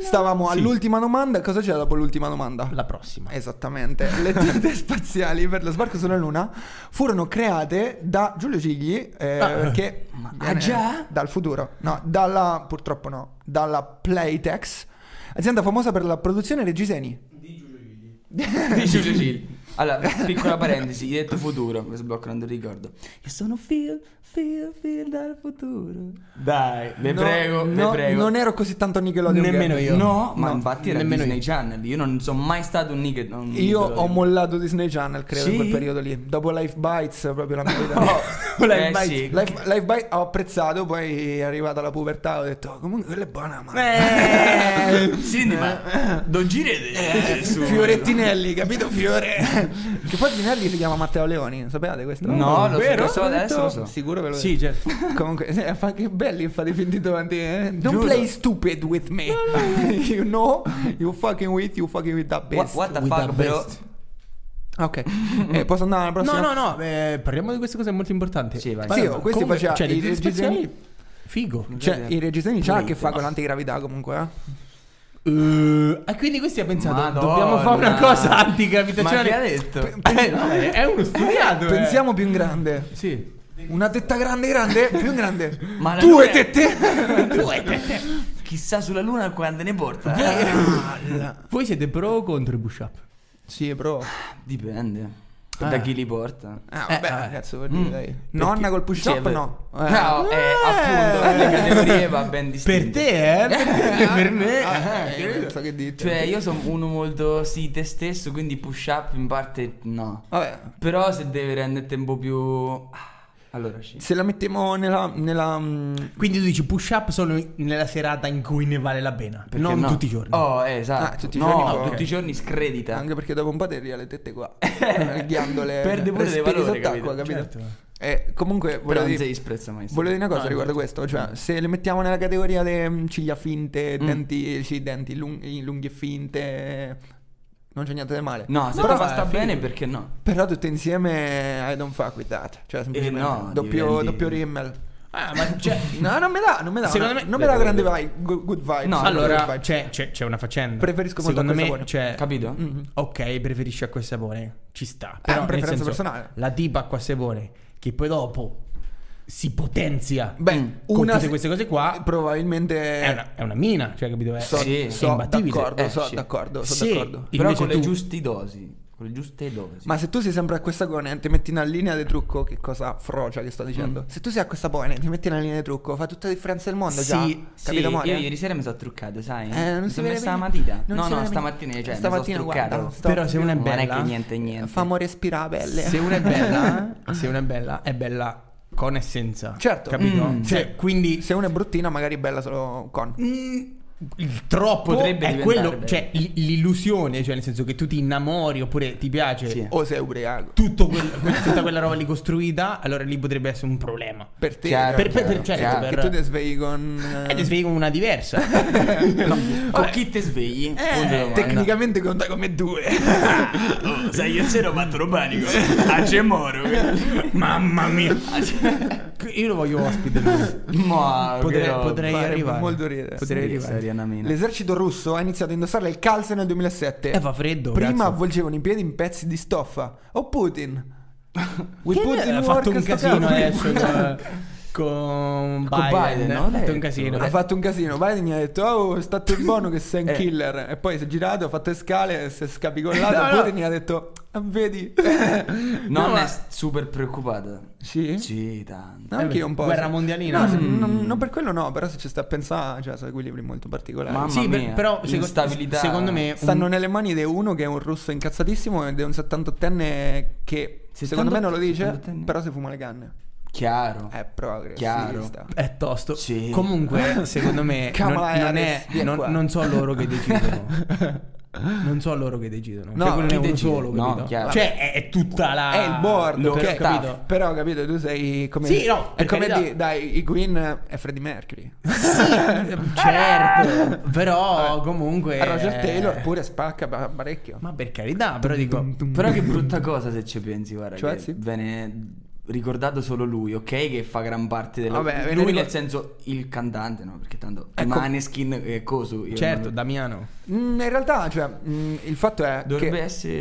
stavamo
Sì.
all'ultima domanda, cosa c'era dopo l'ultima domanda?
La prossima.
Esattamente, le tende spaziali per lo sbarco sulla Luna furono create da Giulio Cigli eh,
Ah.
che viene
ah, già?
dal futuro, no, dalla purtroppo no, dalla Playtex, azienda famosa per la produzione dei reggiseni.
Di Giulio Gigli.
Dice Lucille. Allora, piccola parentesi, hai detto futuro, mi sblocco non ricordo. Io sono Phil, Phil, Phil dal futuro. Dai, vi
No,
prego, vi
no,
prego.
Non ero così tanto Nickelodeon.
Nemmeno
gay.
io.
No, ma
No,
infatti era
nemmeno
Disney
io.
Channel, io non sono mai stato un Nickelodeon.
Io ho mollato Disney Channel, credo,
Sì?
in quel periodo lì. Dopo Life Bites, proprio la mia vita.
Oh,
Life
eh
Bites.
sì.
Life, Life Bites ho apprezzato, poi è arrivata la pubertà, ho detto, "Oh, comunque quella è buona, ma...
Eh,
Cinema, non girete eh, su.
Fiorettinelli, capito Fiore? che poi Tinelli si chiama Matteo Leoni, sapevate questo?
No, lo so,
Vero?
lo so adesso lo so.
Sicuro ve lo
sì, certo.
Comunque, eh, fa che belli fate finti davanti. Eh? Don't
Giuro.
play stupid with me. you know, you fucking with, you fucking with the
What,
best.
what the
with
fuck,
the
bro?
best.
Ok, Eh, posso andare alla prossima?
No, no, no, eh, parliamo di queste cose molto importanti.
Sì, vai.
Sì,
Guarda,
oh, questi
comunque,
faceva
cioè,
i
dei film
regizzini-
spaziali, Figo.
Cioè, il regista c'ha che fa
Niente.
con l'antigravità comunque, eh?
Eh, e quindi questi ha pensato,
Madonna.
dobbiamo fare una cosa antigravitazionale.
Ma che ha detto?
Eh, no, è- è uno studiato. eh.
Pensiamo più in grande.
Sì.
Una tetta grande, grande, più in grande.
Ma la
Due
luna-
tette.
Chissà sulla luna quando ne porta.
Voi siete pro o contro i push up?
sì, bro.
Dipende.
Ah.
Da chi li porta.
Ah, Eh, vabbè,
Eh, ah.
cazzo, vuol dire, dai. Nonna col push
Sì, è
up,
vero.
no. Eh.
No, eh, appunto, le categorie va ben distinte.
Per te, eh? Per, per me.
Ah,
eh,
eh, non so che dite.
Cioè, io sono uno molto sì te stesso, quindi push up in parte no.
Vabbè,
Però se deve renderti un po' più... ah, Allora sì.
se la mettiamo nella. nella mm,
Quindi tu dici push up solo in- nella serata in cui ne vale la pena,
Perché
non
no?
tutti i giorni.
Oh, eh, esatto.
Ah, tutti i
no,
giorni no.
tutti i giorni scredita.
anche perché dopo un po' ti arriva le tette qua. le ghiandole.
Perde pure dei
respiri
valori,
sott'acqua, capito?
Certo.
Eh, comunque,
Però
volevo
non si
dire,
disprezza mai. sì.
volevo dire una cosa riguardo questo. Cioè, se le mettiamo nella categoria delle mm, ciglia finte, denti, sì, denti lunghi, lunghi e finte. eh, Non c'è niente di male.
No, se
però,
ti fa sta
eh,
bene, perché no?
però tutte insieme I don't fuck with that. Cioè, semplicemente
Eh, no,
doppio,
diventi-
doppio rimmel.
Ah, ma cioè,
No, non me dà, non me dà.
Secondo
una-
me-
non me dà
Vedo,
grande
vedo.
vibe. Good, good cioè, vibes.
No,
allora
good
c'è, c'è- c'è una faccenda.
Preferisco molto
Secondo
a quel
me,
sapore.
cioè,
Capito?
Mm.
ok, preferisci acqua e sapone, ci sta. Però
È una
nel
Eh, preferenza
senso,
personale.
La tipa acqua e sapone, che poi dopo si potenzia
Beh,
Mm,
con
una
tutte
se-
queste cose qua,
Probabilmente
è una, è una mina, cioè, capito? È,
so,
è- è
so,
imbattibile.
d'accordo,
Eh,
so,
sì.
d'accordo, so
Se
d'accordo.
Però
invece
con le
tu-
giuste dosi. Con le giuste dosi.
Ma se tu sei sempre a questa cone, ti metti una linea di trucco, che cosa frocia che sto dicendo?
Mm.
Se tu sei a questa pone, ti metti una linea di trucco, fa tutta la differenza del mondo
Sì,
già.
sì,
Capito
sì,
Moria?
io ieri sera mi sono truccato, sai?
Eh, non
mi
si
sono
vede
messa la
bene.
matita.
Non
no,
si
no,
vede
stamattina,
bene.
cioè,
Stamattina,
mi sono truccato.
guarda, sto-
Però se una è
non è che
bella,
niente, niente.
Ah. Fa amore spirabelle.
se una è bella, se una è bella, è bella con e senza.
Certo.
Capito?
Mm.
Cioè,
Sì.
quindi
Se una è bruttina, magari è bella solo con.
Mm, il troppo
Potrebbe
è
diventare
quello,
bello.
cioè l- l'illusione, cioè nel senso che tu ti innamori oppure ti piace
Sì.
O sei ubriaco.
tutto quel- quel- tutta quella roba lì costruita, allora lì potrebbe essere un problema.
Per te.
Chiaro,
per,
per- per- certo,
chiaro. Eh,
per-
Che tu ti svegli con. eh,
E ti svegli con una diversa. No.
Con chi te svegli?
Eh,
Punto domanda.
Tecnicamente conta come due.
Oh, sai, io sera ho fatto lo panico. A Gemoro.
Mamma mia. Io lo voglio ospite. lui.
Ma
Potrei- potrei-
Farebbe
arrivare.
Molto ridere.
Potrei arrivare.
L'esercito russo ha iniziato a indossare il calze nel 2007.
Eh, fa freddo,
Prima
cazzo.
avvolgevano i piedi in pezzi di stoffa. O Putin. With
Che ha fatto un
sto
casino eh,
cavolo.
adesso cioè. con, con
Con
Biden,
Biden, no?
ha fatto
Adesso.
un casino.
Ha fatto un casino. Biden gli ha detto: Oh, state buono che sei un
Eh.
killer. E poi si è girato, ha fatto le scale, si è scapicollato.
No, no.
Putin gli ha detto: "Ah, Vedi.
Non è s- super preoccupata.
sì.
Sì, tanto.
No, anche io un po'.
Eh, Guerra
sì.
mondialina. Mm.
No, se- non, non per quello no, però se ci sta a pensare, cioè, sono equilibri molto particolari.
Mamma
Sì, per-
mia.
però seco-
Instabilità.
secondo me un-
Stanno nelle mani di uno che è un russo incazzatissimo e di un 78enne che secondo me non lo dice,
78enne.
però si fuma le canne.
Chiaro.
È progressista.
Chiaro.
È tosto.
Sì.
Comunque, secondo me, non,
Kamala
non
Harris,
è,
vieni
non,
qua.
non so loro che decidono. Non so loro che decidono.
No,
cioè, quello
chi
ne è uno
decide?
solo,
No,
capito?
chiaro.
Cioè, è, è tutta la.
È il board,
lo
ok,
staff.
capito? Però capito, tu sei come
Sì, no,
è
per
come
carità.
di- dai, i Queen eh, è Freddie Mercury.
Certo. Però, comunque. eh.
Roger Taylor pure spacca pa- parecchio.
Ma per carità, però dico.
Però che brutta cosa se ci pensi, guarda.
Mm. Cioè,
che
sì.
Viene ricordato solo lui, ok? Che fa gran parte della...
Vabbè, viene
lui
ricor-
nel senso il cantante, no? Perché tanto...
Ecco.
Maneskin e Cosu. io
Certo,
non-
Damiano.
Mm, in realtà, cioè, mm, il fatto è
Dovrebbe
che
essere...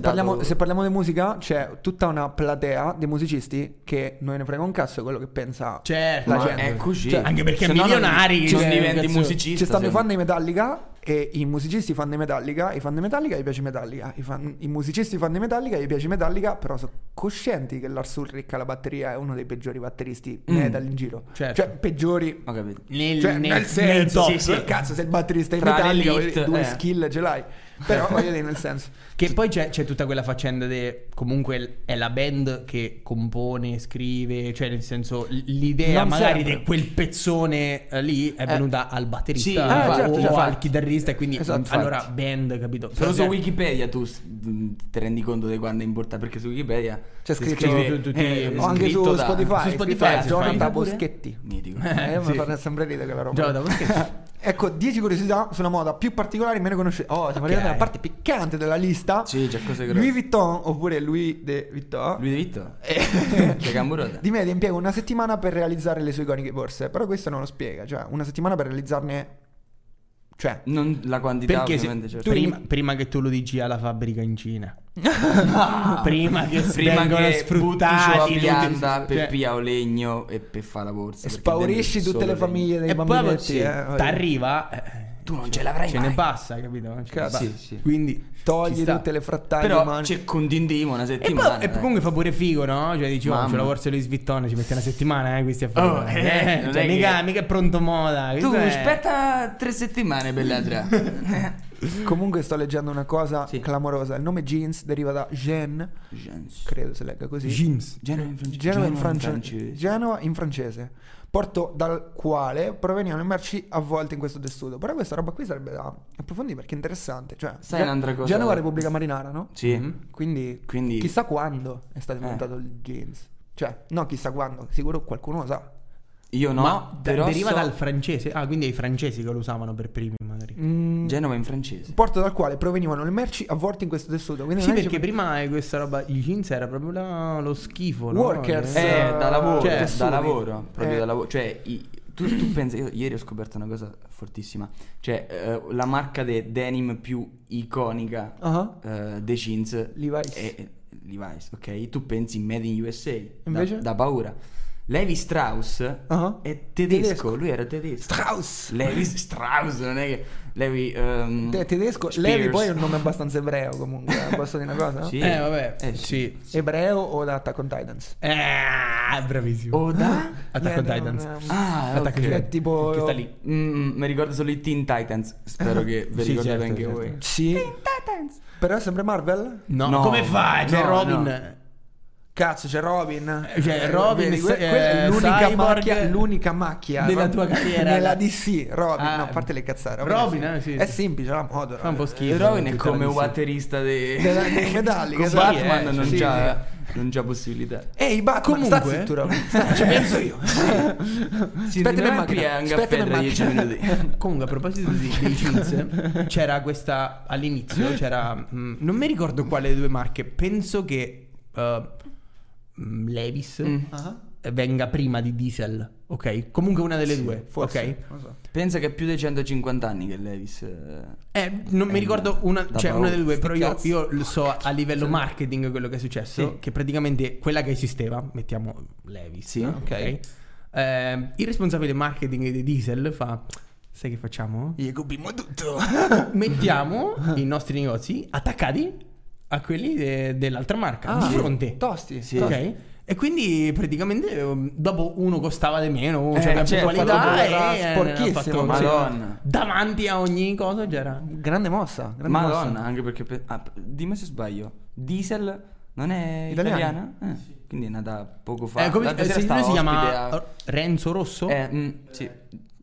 dato-
parliamo, se parliamo di musica, c'è tutta una platea di musicisti che non ne frega un cazzo quello che pensa.
Certo.
La
Ma
gente.
è così.
Cioè, anche perché
Se no non-
milionari,
Non
cioè,
diventi
cazzo.
musicista.
Ci stanno
se-
i fan dei Metallica E i musicisti fanno i Metallica, i fan di Metallica gli piace Metallica, i, fan- i musicisti fanno i Metallica gli piace Metallica, però sono coscienti che Lars Ulrich alla batteria è uno dei peggiori batteristi metal in giro.
Certo.
Cioè, peggiori
Ho capito.
Nel,
cioè, nel, senso,
top.
sì, cazzo, se il batterista è in
Tra
Metallica,
l'elite,
voglio dire, due
eh.
skill ce l'hai. Però voglio dire, nel senso,
Che poi c'è, c'è tutta quella faccenda de comunque l- è la band che compone, scrive, cioè nel senso l- l'idea
Non
magari
sempre.
di quel pezzone eh, lì è venuta al batterista
Sì,
o-
eh,
certo,
o
certo.
al chitarrista e quindi
Esatto,
mm, allora
infatti.
band, capito?
Solo su
Cioè,
Wikipedia tu s- mh, ti rendi conto di quanto è importante perché su Wikipedia
C'è
si
scritto
scrive,
tutti-
eh,
tutti-
o anche su
scritto da-
Spotify,
su Spotify,
scritta da
si fa.
Jonathan
Pure?
Boschetti.
Mitico.
Eh,
sì.
mi fa sempre ridere quella roba.
Già, da- perché-
Ecco, 10 curiosità sulla moda più particolari e meno conosciute. Oh, siamo arrivati alla parte piccante della lista.
Sì, c'è cose grosse.
Louis Vuitton, oppure Louis de Vuitton,
Lui di Vitto?
eh.
C'è Camburota.
di media impiega una settimana per realizzare le sue iconiche borse. Però questo non lo spiega, cioè una settimana per realizzarne... Cioè...
Non la quantità
perché se-
ovviamente, certo.
prima, prima che tu lo dici alla fabbrica in Cina, Ah. prima che
prima
vengono
che
sfruttati,
sfruttati
tutti-
pianta per
cioè-
pia o legno e per fare la borsa.
E
perché
spaurisci
dentro
tutte
solo
le
legno.
famiglie dei
E poi boh,
bambini. eh,
sì, t'arriva, eh,
Tu non ce l'avrai
ce
mai.
ne passa, capito? Non ce ne
Cazzo.
passa.
Sì, sì.
Quindi ci
Togli
sta.
tutte le frattaglie
Però
umane.
c'è condindimo una
E,
settimana.
poi, e
dai.
comunque fa pure figo, no? Cioè, dici, oh,
Mamma.
c'ho la borsa Louis Vuitton, ci mette una settimana, eh, questi a fare.
Oh, eh, non
cioè,
è
mica,
che-
mica è pronto moda.
Tu
questo è-
aspetta tre settimane per l'altra.
Comunque sto leggendo una cosa
Sì.
clamorosa. Il nome jeans deriva da Jean,
Gens.
credo si legga così.
Jeans.
Genova in francese.
Genova in, francese.
francese.
Genova in francese. Porto dal quale provenivano le merci avvolte in questo tessuto. Però questa roba qui sarebbe da approfondire perché è interessante. Cioè,
Sai un'altra cosa?
Genova Repubblica Marinara, no?
Sì.
Quindi,
Quindi-
chissà quando è stato
Eh.
inventato il jeans. Cioè, no, chissà quando, sicuro qualcuno lo sa.
Io no,
Ma da-
però
deriva
so-
dal francese. Ah, quindi è i francesi che lo usavano per primi, magari.
Mm,
Genova in francese.
porto dal quale provenivano le merci avvolte in questo tessuto. Quindi
Sì,
non è che-
perché prima eh, questa roba di jeans era proprio la- lo schifo, no?
Workers.
Eh,
Eh, da lavoro,
Cioè,
da
tessuti.
lavoro, proprio
Eh.
da lavoro. Cioè, i- tu, tu pensi, io ieri ho scoperto una cosa fortissima, cioè eh, la marca de denim più iconica
Ah,
eh, dei jeans
Levi's.
è- è Levi's, ok? Tu pensi Made in USA, da-
Invece?
Da, paura. Levi Strauss
Ah.
è tedesco,
Tedesco.
lui era tedesco.
Strauss.
Levi Strauss, non è che Levi ehm,
Te- tedesco,
Spears.
Levi poi è un nome abbastanza ebreo comunque, eh, posso dire una cosa?
Sì.
Eh, vabbè.
Eh,
sì.
Ebreo o da Attack on Titans?
Eh, bravissimo.
O da
Attack on
Niente,
Titans.
non è-
Ah,
Attack on
ok.
Titan.
È tipo...
Che sta lì.
Mm, mi ricordo solo i Teen Titans. Spero che vi
Sì,
ricordate
certo,
anche
certo.
voi.
Sì. Però è sempre Marvel?
No,
No.
come fai? C'è
No,
Robin.
Cazzo, c'è Robin.
Cioè, Robin,
vedi, que-
eh,
quella è l'unica
Cyborg
macchia, l'unica macchia
della
Rob-
tua carriera.
Nella DC, Robin,
Ah.
no, a parte le cazzate.
Robin,
è
eh, sì,
È
sì.
semplice, la moda.
Fa un po' schifo.
Il Robin è
tutta la
come
DC.
waterista dei
Della- dei metalli, che
Con
sì,
Batman
eh,
non,
sì,
c'ha, non c'ha possibilità.
Ehi, Batman,
Comunque-
Ah,
eh.
sta zitto, Robin. Sta- ci penso io.
Aspetta,
in
me
macchina,
apri un
aspetta
caffè
in
tra 10
macchina.
minuti.
Comunque, a proposito di, dei jeans, c'era questa all'inizio. C'era. mm, non mi ricordo quale delle due marche. Penso che eh, mm, Levis
Ah,
venga prima di Diesel. Ok. Comunque una delle due.
forse,
Ok.
non so.
Pensa che è più di 150 anni che Levis. eh,
Eh, non mi
Eh,
ricordo una,
da
cioè, una
paura.
delle due,
Sti
però io,
cazzi.
io lo so a livello marketing quello che è successo,
Sì.
che praticamente quella che esisteva, mettiamo Levis,
Sì,
ok? Eh, il responsabile marketing di Diesel fa, sai che facciamo?
Gli copriamo tutto.
Mettiamo i nostri negozi attaccati a quelli de- dell'altra marca, di fronte,
Ah, Tosti.
Ah, Sì.
ok? E quindi praticamente eh, dopo uno costava di meno, uno
Eh,
aveva più
cioè,
qualità
fatto-
e eh,
sporchissimo,
ha fatto-
Madonna.
Davanti a ogni cosa c'era...
Grande mossa. Grande
Madonna, anche perché. pe- ah, p- dimmi se sbaglio. Diesel non è
Italiana?
italiana? Eh, Quindi è nata poco fa.
Eh, come,
L'altra
eh,
sera
sì,
stava
lui si
ospite
chiama
a-
Renzo Rosso?
Eh, mm, sì.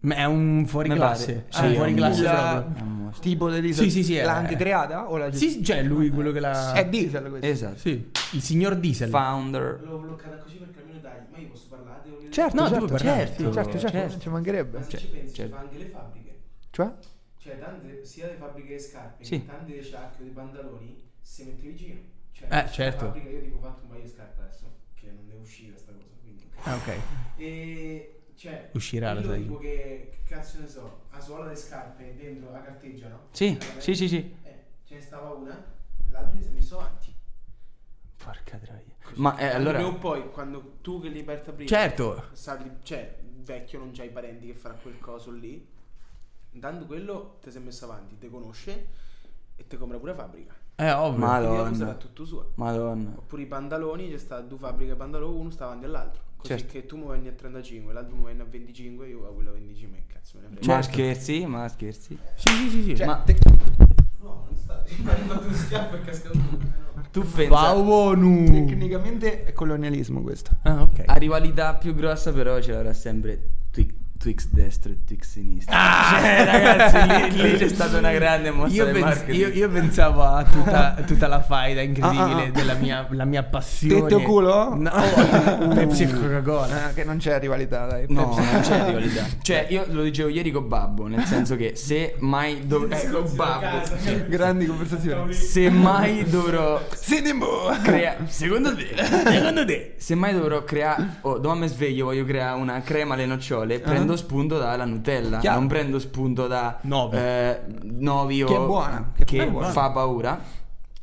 Ma è un fuori
Mi
classe.
pare.
Sì,
Ah,
è fuori
un
classe esatto.
mula-
proprio.
È un mostro.
Tipo di diesel.
Sì, sì, sì, è-
L'ha antitriata o la
Sì, cioè lui quello che la.
È diesel questo.
Esatto.
Sì, il signor Diesel.
Founder.
L'ho bloccata così perché almeno dai, ma io posso parlare? Devo vedere-
Certo,
No,
certo,
tu puoi parlare.
certo, certo, certo,
Certo.
ci
Ma
mancherebbe.
se ci pensi,
certo.
ci fa anche le fabbriche.
Cioè?
Cioè, tante, sia le fabbriche di scarpe
Sì.
che tante dei sacchi o dei pantaloni, se mette vicino. Cioè,
Eh,
c'è
certo.
La fabbrica, io tipo ho fatto un paio di scarpe adesso, che non è uscita sta cosa, quindi...
Ah, ok.
E... Cioè,
Uscirà,
io
lo sai.
dico che, che cazzo ne so, a suola le scarpe dentro la carteggiano.
Sì, sì, sì, sì.
Eh, ce ne stava una, l'altra mi sono messo avanti.
Porca troia. Ma eh,
Prima
allora.
o poi, quando tu che li hai aperta prima...
Certo.
sa di- cioè, vecchio non c'hai parenti che farà quel coso lì. dando quello te sei messo avanti, te conosce e te compra pure fabbrica.
Eh, ovvio.
Ma-
Quindi la
Madonna.
cosa era tutto sua.
Madonna.
Oppure i pantaloni, c'è sta due fabbriche di pantaloni, uno sta avanti all'altro. Così
Certo.
che tu mi vieni a 35, l'altro mi vieni a 25, io a quello a 25 e cazzo me ne frega.
Ma scherzi, ma scherzi.
Sì, sì, sì, sì.
Cioè,
ma
te- No, non sta. Mi ha fatto uno schiaffo e è cascato.
Tu pensa
Paonu.
Tecnicamente è colonialismo questo.
Ah, ok.
a rivalità più grossa, però ce l'avrà sempre Twi- Twix destro e Twix sinistra. Cioè, ragazzi, lì, lì c'è stata una grande mossa
Ah. Io,
di
pens-
marketing.
io- io pensavo a tutta, tutta la faida incredibile
Ah, ah.
della mia, la mia passione.
Tetto e culo?
No,
Oh.
Pepsi e Coca-Cola.
Eh, che non c'è rivalità, dai.
No,
Pepsi.
non c'è rivalità. Cioè, io lo dicevo ieri con Babbo, nel senso che se mai dovrò... Eh, con Babbo. sì.
Grandi conversazioni.
Se mai dovrò
Sì, Dimbo!
crea- Secondo te? Secondo te? Se mai dovrò creare... Oh, domani mi sveglio, voglio creare una crema alle nocciole, prendo spunto dalla Nutella.
Ah. Chiaro.
Non prendo spunto da...
Novi.
eh, Novi o...
Che è buona, che è buona.
fa paura.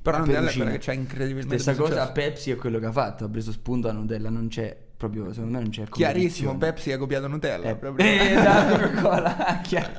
Però non è
Perugina.
quella che c'è incredibilmente
Stessa
successo.
cosa, Pepsi è quello che ha fatto. Ha preso spunto a Nutella, non c'è... Proprio, secondo me non c'è...
Chiarissimo,
competizione.
Pepsi ha copiato Nutella. proprio.
Eh, da Coca-Cola, chiaro.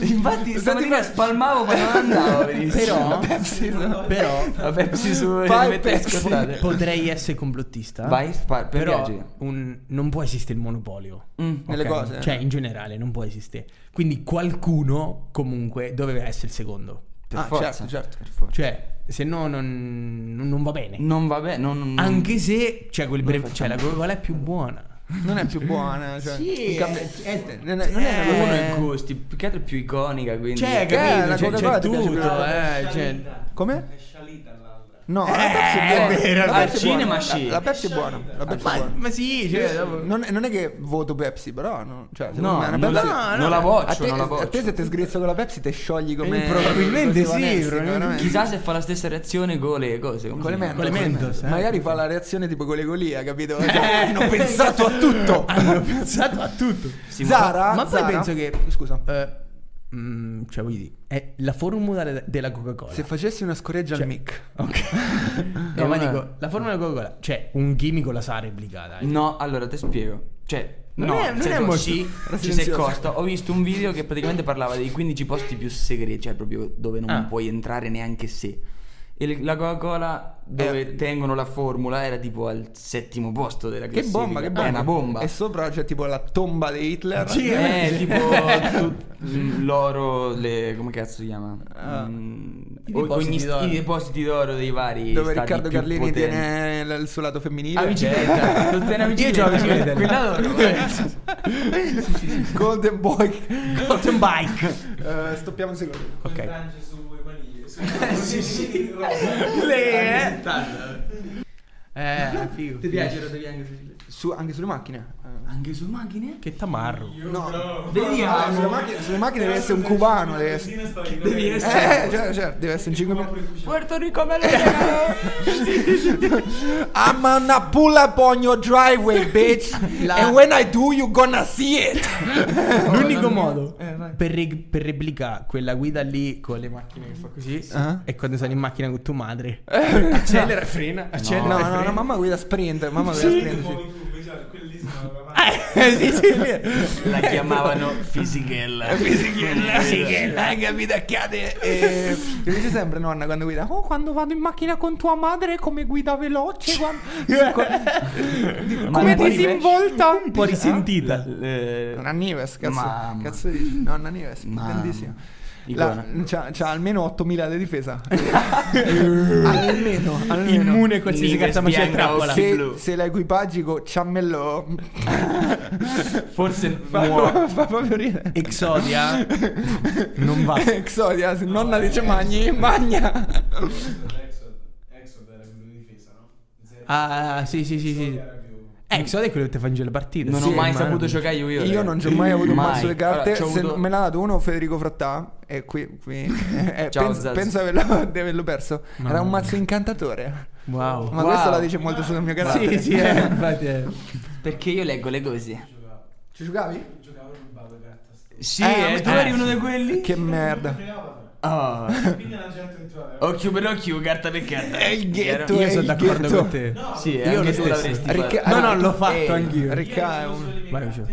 Infatti, stamattina spalmavo ma non andavo benissimo.
Però, però
la Pepsi su
Vai,
le mette
Pepsi.
scottate.
potrei essere complottista.
Vai, spa- per
però
piacere.
un- non può esistere il monopolio.
Mm.
Nelle
Ok?
cose. eh.
Cioè, in generale, non può esistere. Quindi qualcuno comunque doveva essere il secondo.
Per
Ah,
forza,
certo, certo.
per forza.
Cioè, se no non, non va bene.
Mm.
Non va bene, non, non-
Anche se cioè, quel brev- cioè, la Coca-Cola è più buona.
Non è più buona. Cioè,
Sì,
cambia-
eh,
non è, non è una
uno
cosa-
i gusti, più che altro è più iconica, quindi
Cioè,
che-
capito?
Eh, la
C'è-
Coca-Cola
c'è
ti piace
tutto,
più.
eh, cioè-
Come?
È scialita l'altra.
No, la Pepsi
è
è buona.
vero,
la
al
Pepsi è buona.
cinema
La-
sì.
La Pepsi è buona. La Pepsi è
Ma,
buona.
ma sì, cioè, dopo-
Non, non è che voto Pepsi, però. No, cioè, secondo
No,
me è una
non
Pepsi-
la-
no,
non la
no.
boccio,
a te,
non la
a te
boccio.
se ti sgrizzo con la Pepsi ti sciogli come
Eh, probabilmente
come
sì,
Vanessa,
probabilmente.
veramente.
chissà se fa la stessa reazione con le cose, come
con le
si chiama?
Mentos,
Con le Mentos, eh.
magari fa la reazione tipo con le golia capito Cioè, hanno pensato a tutto
hanno pensato a tutto.
Si
Zara
ma poi
Zara-
penso che-
scusa
Eh, mm, cioè, voglio dire, è la formula de- della Coca-Cola.
se facessi una scoreggia al mic
Ok. no, ma
Eh, ma-
dico, la formula della Coca-Cola, cioè, un chimico la sa replicata. eh.
No, allora ti spiego. Cioè,
Non
no,
è- non
se
è
tu-
molto-
sì,
era
ci sei
silenzioso.
costa. Ho visto un video che praticamente parlava dei 15 posti più segreti, cioè proprio dove non
Ah.
puoi entrare neanche se. E le- la Coca-Cola dove
Eh.
tengono la formula era tipo al settimo posto della
che
classifica.
bomba che bomba
È una bomba.
e sopra c'è tipo la tomba di Hitler
Sì.
Eh, tipo tu- mm, l'oro, le, come cazzo si chiama?
Ah.
Mm,
I
o-
depositi
ogni st-
d'oro.
I depositi d'oro dei vari
dove
stati
Riccardo
più
Carlini
potenti.
tiene l- il suo lato femminile Cioè,
La bicicletta, lo tiene la
Io c'ho la bicicletta.
Quella d'oro.
Golden Boy
Golden bike.
Eh, stoppiamo un secondo
Ok. Eh,
Frange sulle maniglie. Sì, sì, roba.
Le- Eh, figo.
Ti piacciono, ti piacciono.
Su- anche sulle macchine Eh.
Anche su macchine?
Che tamarro.
No. ah,
Vediamo.
sulle macchine, sulle macchine deve essere un cubano deve essere
Devi
eh, cioè, cioè, deve essere certo. un 5
Puerto Rico me lo regalo.
I'm gonna pull up on your driveway, bitch.
La-
And when I do, you gonna see it.
L'unico modo per, re- per replicare quella guida lì con le macchine che fa così
Ah.
è quando sono in macchina con tua madre. Accelera e frena,
No,
accelera e
no,
frena.
no, mamma guida sprint. Mamma guida sprint. sì.
Quelli lì sono la
Eh, sì, sì, sì.
La chiamavano fisichella. Fisichella.
Hai capito? Accade. E... Mi dice sempre nonna quando guida. Oh, quando vado in macchina con tua madre, come guida veloce. guarda-
Eh.
come disinvolta. Eh?
Un po' risentita.
Nonna Nives, cazzo.
Mamma.
Cazzo dici? Nonna Nives,
Mamma.
grandissima.
Icona.
La- C'ha, c'ha almeno 8000 di difesa. almeno, almeno.
Immune a qualsiasi
Nives
carta magia e
bianca o
trappola.
sì.
Se,
Blu.
se la equipaggi con ciammello
Forse
fa,
muore.
fa proprio ridere.
Exodia non va.
Exodia, se nonna dice magni, magna.
Exod, Exod. Exod era quello di difesa, no? Zero.
Ah, sì, sì, sì, sì.
Era più-
Eh, Exodia è quello che ti fa in giro le partite.
Non
Sì,
ho mai
ma-
saputo giocare io. eh.
Io non ci ho mai avuto un mazzo di carte.
Allora, c'ho
se
avuto-
Me l'ha dato uno Federico Frattà. E qui, qui eh,
Ciao,
penso,
Zaz.
penso di averlo, di averlo perso. Era un mazzo incantatore.
Wow.
Ma
Wow.
questo la dice molto sul mio carattere.
Sì, sì, eh, infatti. eh.
Perché io leggo le cose.
Ci giocavi?
Giocavo rubato carta sto.
Sì,
Eh,
eh,
ma
tu
eh.
eri uno di quelli.
Che merda.
Fregava,
Oh.
Quindi era gente entrata.
Occhio per occhio, carta per carta.
È il ghetto.
Chiaro?
Io sono
il
d'accordo
ghetto.
con te.
No,
Sì, eh,
Io
anche
lo
tu
stesso.
l'avresti
Ricca-
fatto.
No, no, l'ho
Eh,
fatto anch'io.
Io
Ricca è
avevo
un-
solo le mie
Vai,
carte,
Lucio.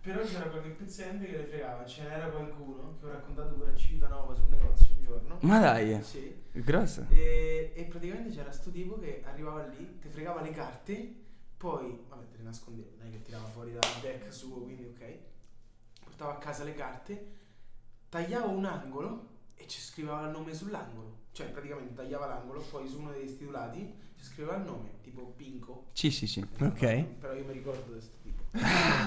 Però c'era qualche pezzente che le fregava, ce n'era qualcuno che ho raccontato pure a Civitanova sul negozio un giorno.
Ma dai,
Sì.
grossa.
E, e praticamente c'era sto tipo che arrivava lì, ti fregava le carte, poi, vabbè, te le nascondeva, non è che tirava fuori dal deck suo, quindi ok. Portava a casa le carte, tagliava un angolo e ci scriveva il nome sull'angolo. Cioè, praticamente tagliava l'angolo, poi su uno dei titolati ci scriveva il nome, tipo Pinco.
Sì, sì, sì.
Ok.
Però io mi ricordo di questo tipo.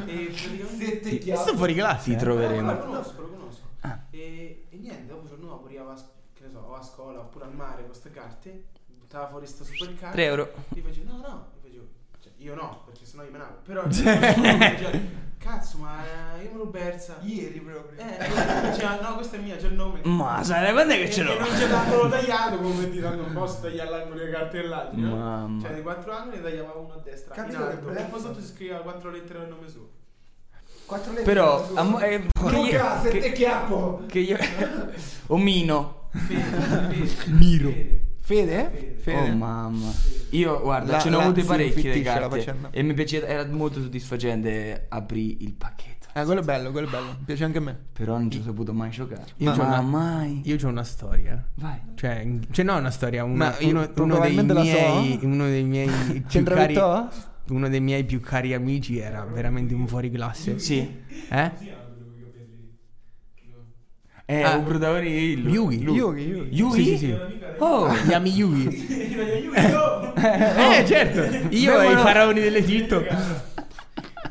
e praticamente
Ti-
Questo fuori classe.
Ti
eh.
No,
troveremo.
lo conosco, lo conosco.
Ah.
E, e niente, dopo il giorno dopo arrivava, a s- che ne so, o a scuola oppure al mare con queste carte, buttava fuori sta supercarta.
3 euro.
Io facevo, no, no, io facevo, cioè, io no, perché sennò io me navo. Però, cioè, cazzo, ma eh, io me l'ho persa.
Ieri proprio.
Eh, faceva, no, questa è mia, c'è il nome.
Ma sai, quando è
E-
che ce
e
l'ho?
non c'è l'angolo tagliato come ti danno un posso tagliare l'angolo di carte e l'altro. no?
Mamma.
Cioè, di quattro angoli ne tagliava uno a destra.
Capito
in
che
alto,
bello?
e poi sotto si scriveva quattro lettere al nome suo.
Quattro lettere.
Però,
su.
ammo- eh, che io-
Luca, se
che-
te chiappo.
che io... Omino.
Miro.
Fede? Fede.
Oh mamma. Io guarda,
La-
ce ne ho
la-
avute
sì,
parecchie di
fittisce la
carte
faccenda.
e mi piaceva era molto soddisfacente aprì il pacchetto.
Eh, quello è bello, quello è bello. Piace anche a me.
Però non ci ho saputo mai giocare.
Io
ma
gioco-
mai.
Io ho una storia.
Vai.
Cioè, cioè no, una storia, uno,
Ma io
uno- uno dei
probabilmente la so.
miei, uno dei miei più
C'entra
cari,
Vittò?
uno dei miei più cari amici era veramente un fuoriclasse.
Sì.
Eh?
Eh,
Ah.
un Brudaori e il
Yugi.
Yugi, Yugi.
Yugi? Sì, sì, sì.
Oh.
Gli ami Yugi.
Eh,
Eh, certo. Io e i
Vengono-
faraoni dell'Egitto.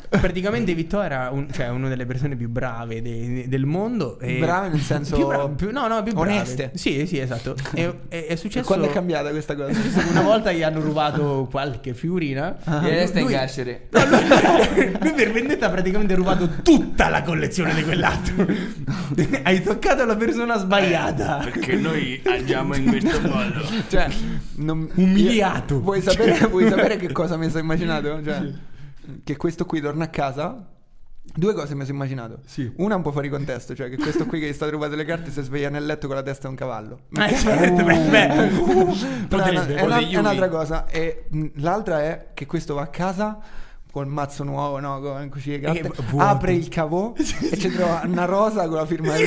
Praticamente Vittò era un- cioè, una delle persone più brave de- del mondo. E
Brave nel senso-
Più brave, più- no, no, più brave.
Oneste.
Sì, sì, esatto. E, e- è
E
successo.
quando è cambiata questa cosa?
è successo che una volta gli hanno rubato qualche fiorina.
Ah.
E resta in
Lui-
carcere.
No, lui, lui per vendetta ha praticamente rubato tutta la collezione di quell'altro. Hai toccato la persona
Eh,
sbagliata.
Perché noi agiamo in questo modo.
Cioè, non-
Umiliato. Cioè.
Io- Vuoi sapere, vuoi sapere che cosa mi sono immaginato? Cioè, Che questo qui torna a casa. Due cose mi sono immaginato.
Sì.
Una un po' fuori contesto, cioè che questo qui che gli sta rubando le carte si sveglia nel letto con la testa di un cavallo.
Eh, certo, beh, beh.
No, no,
Potrebbe.
è, una- è un'altra cosa. E mh, l'altra è che questo va a casa col mazzo nuovo, no? Con con le carte,
Eh, vu-
apre il cavò e ci trova una rosa con la firma del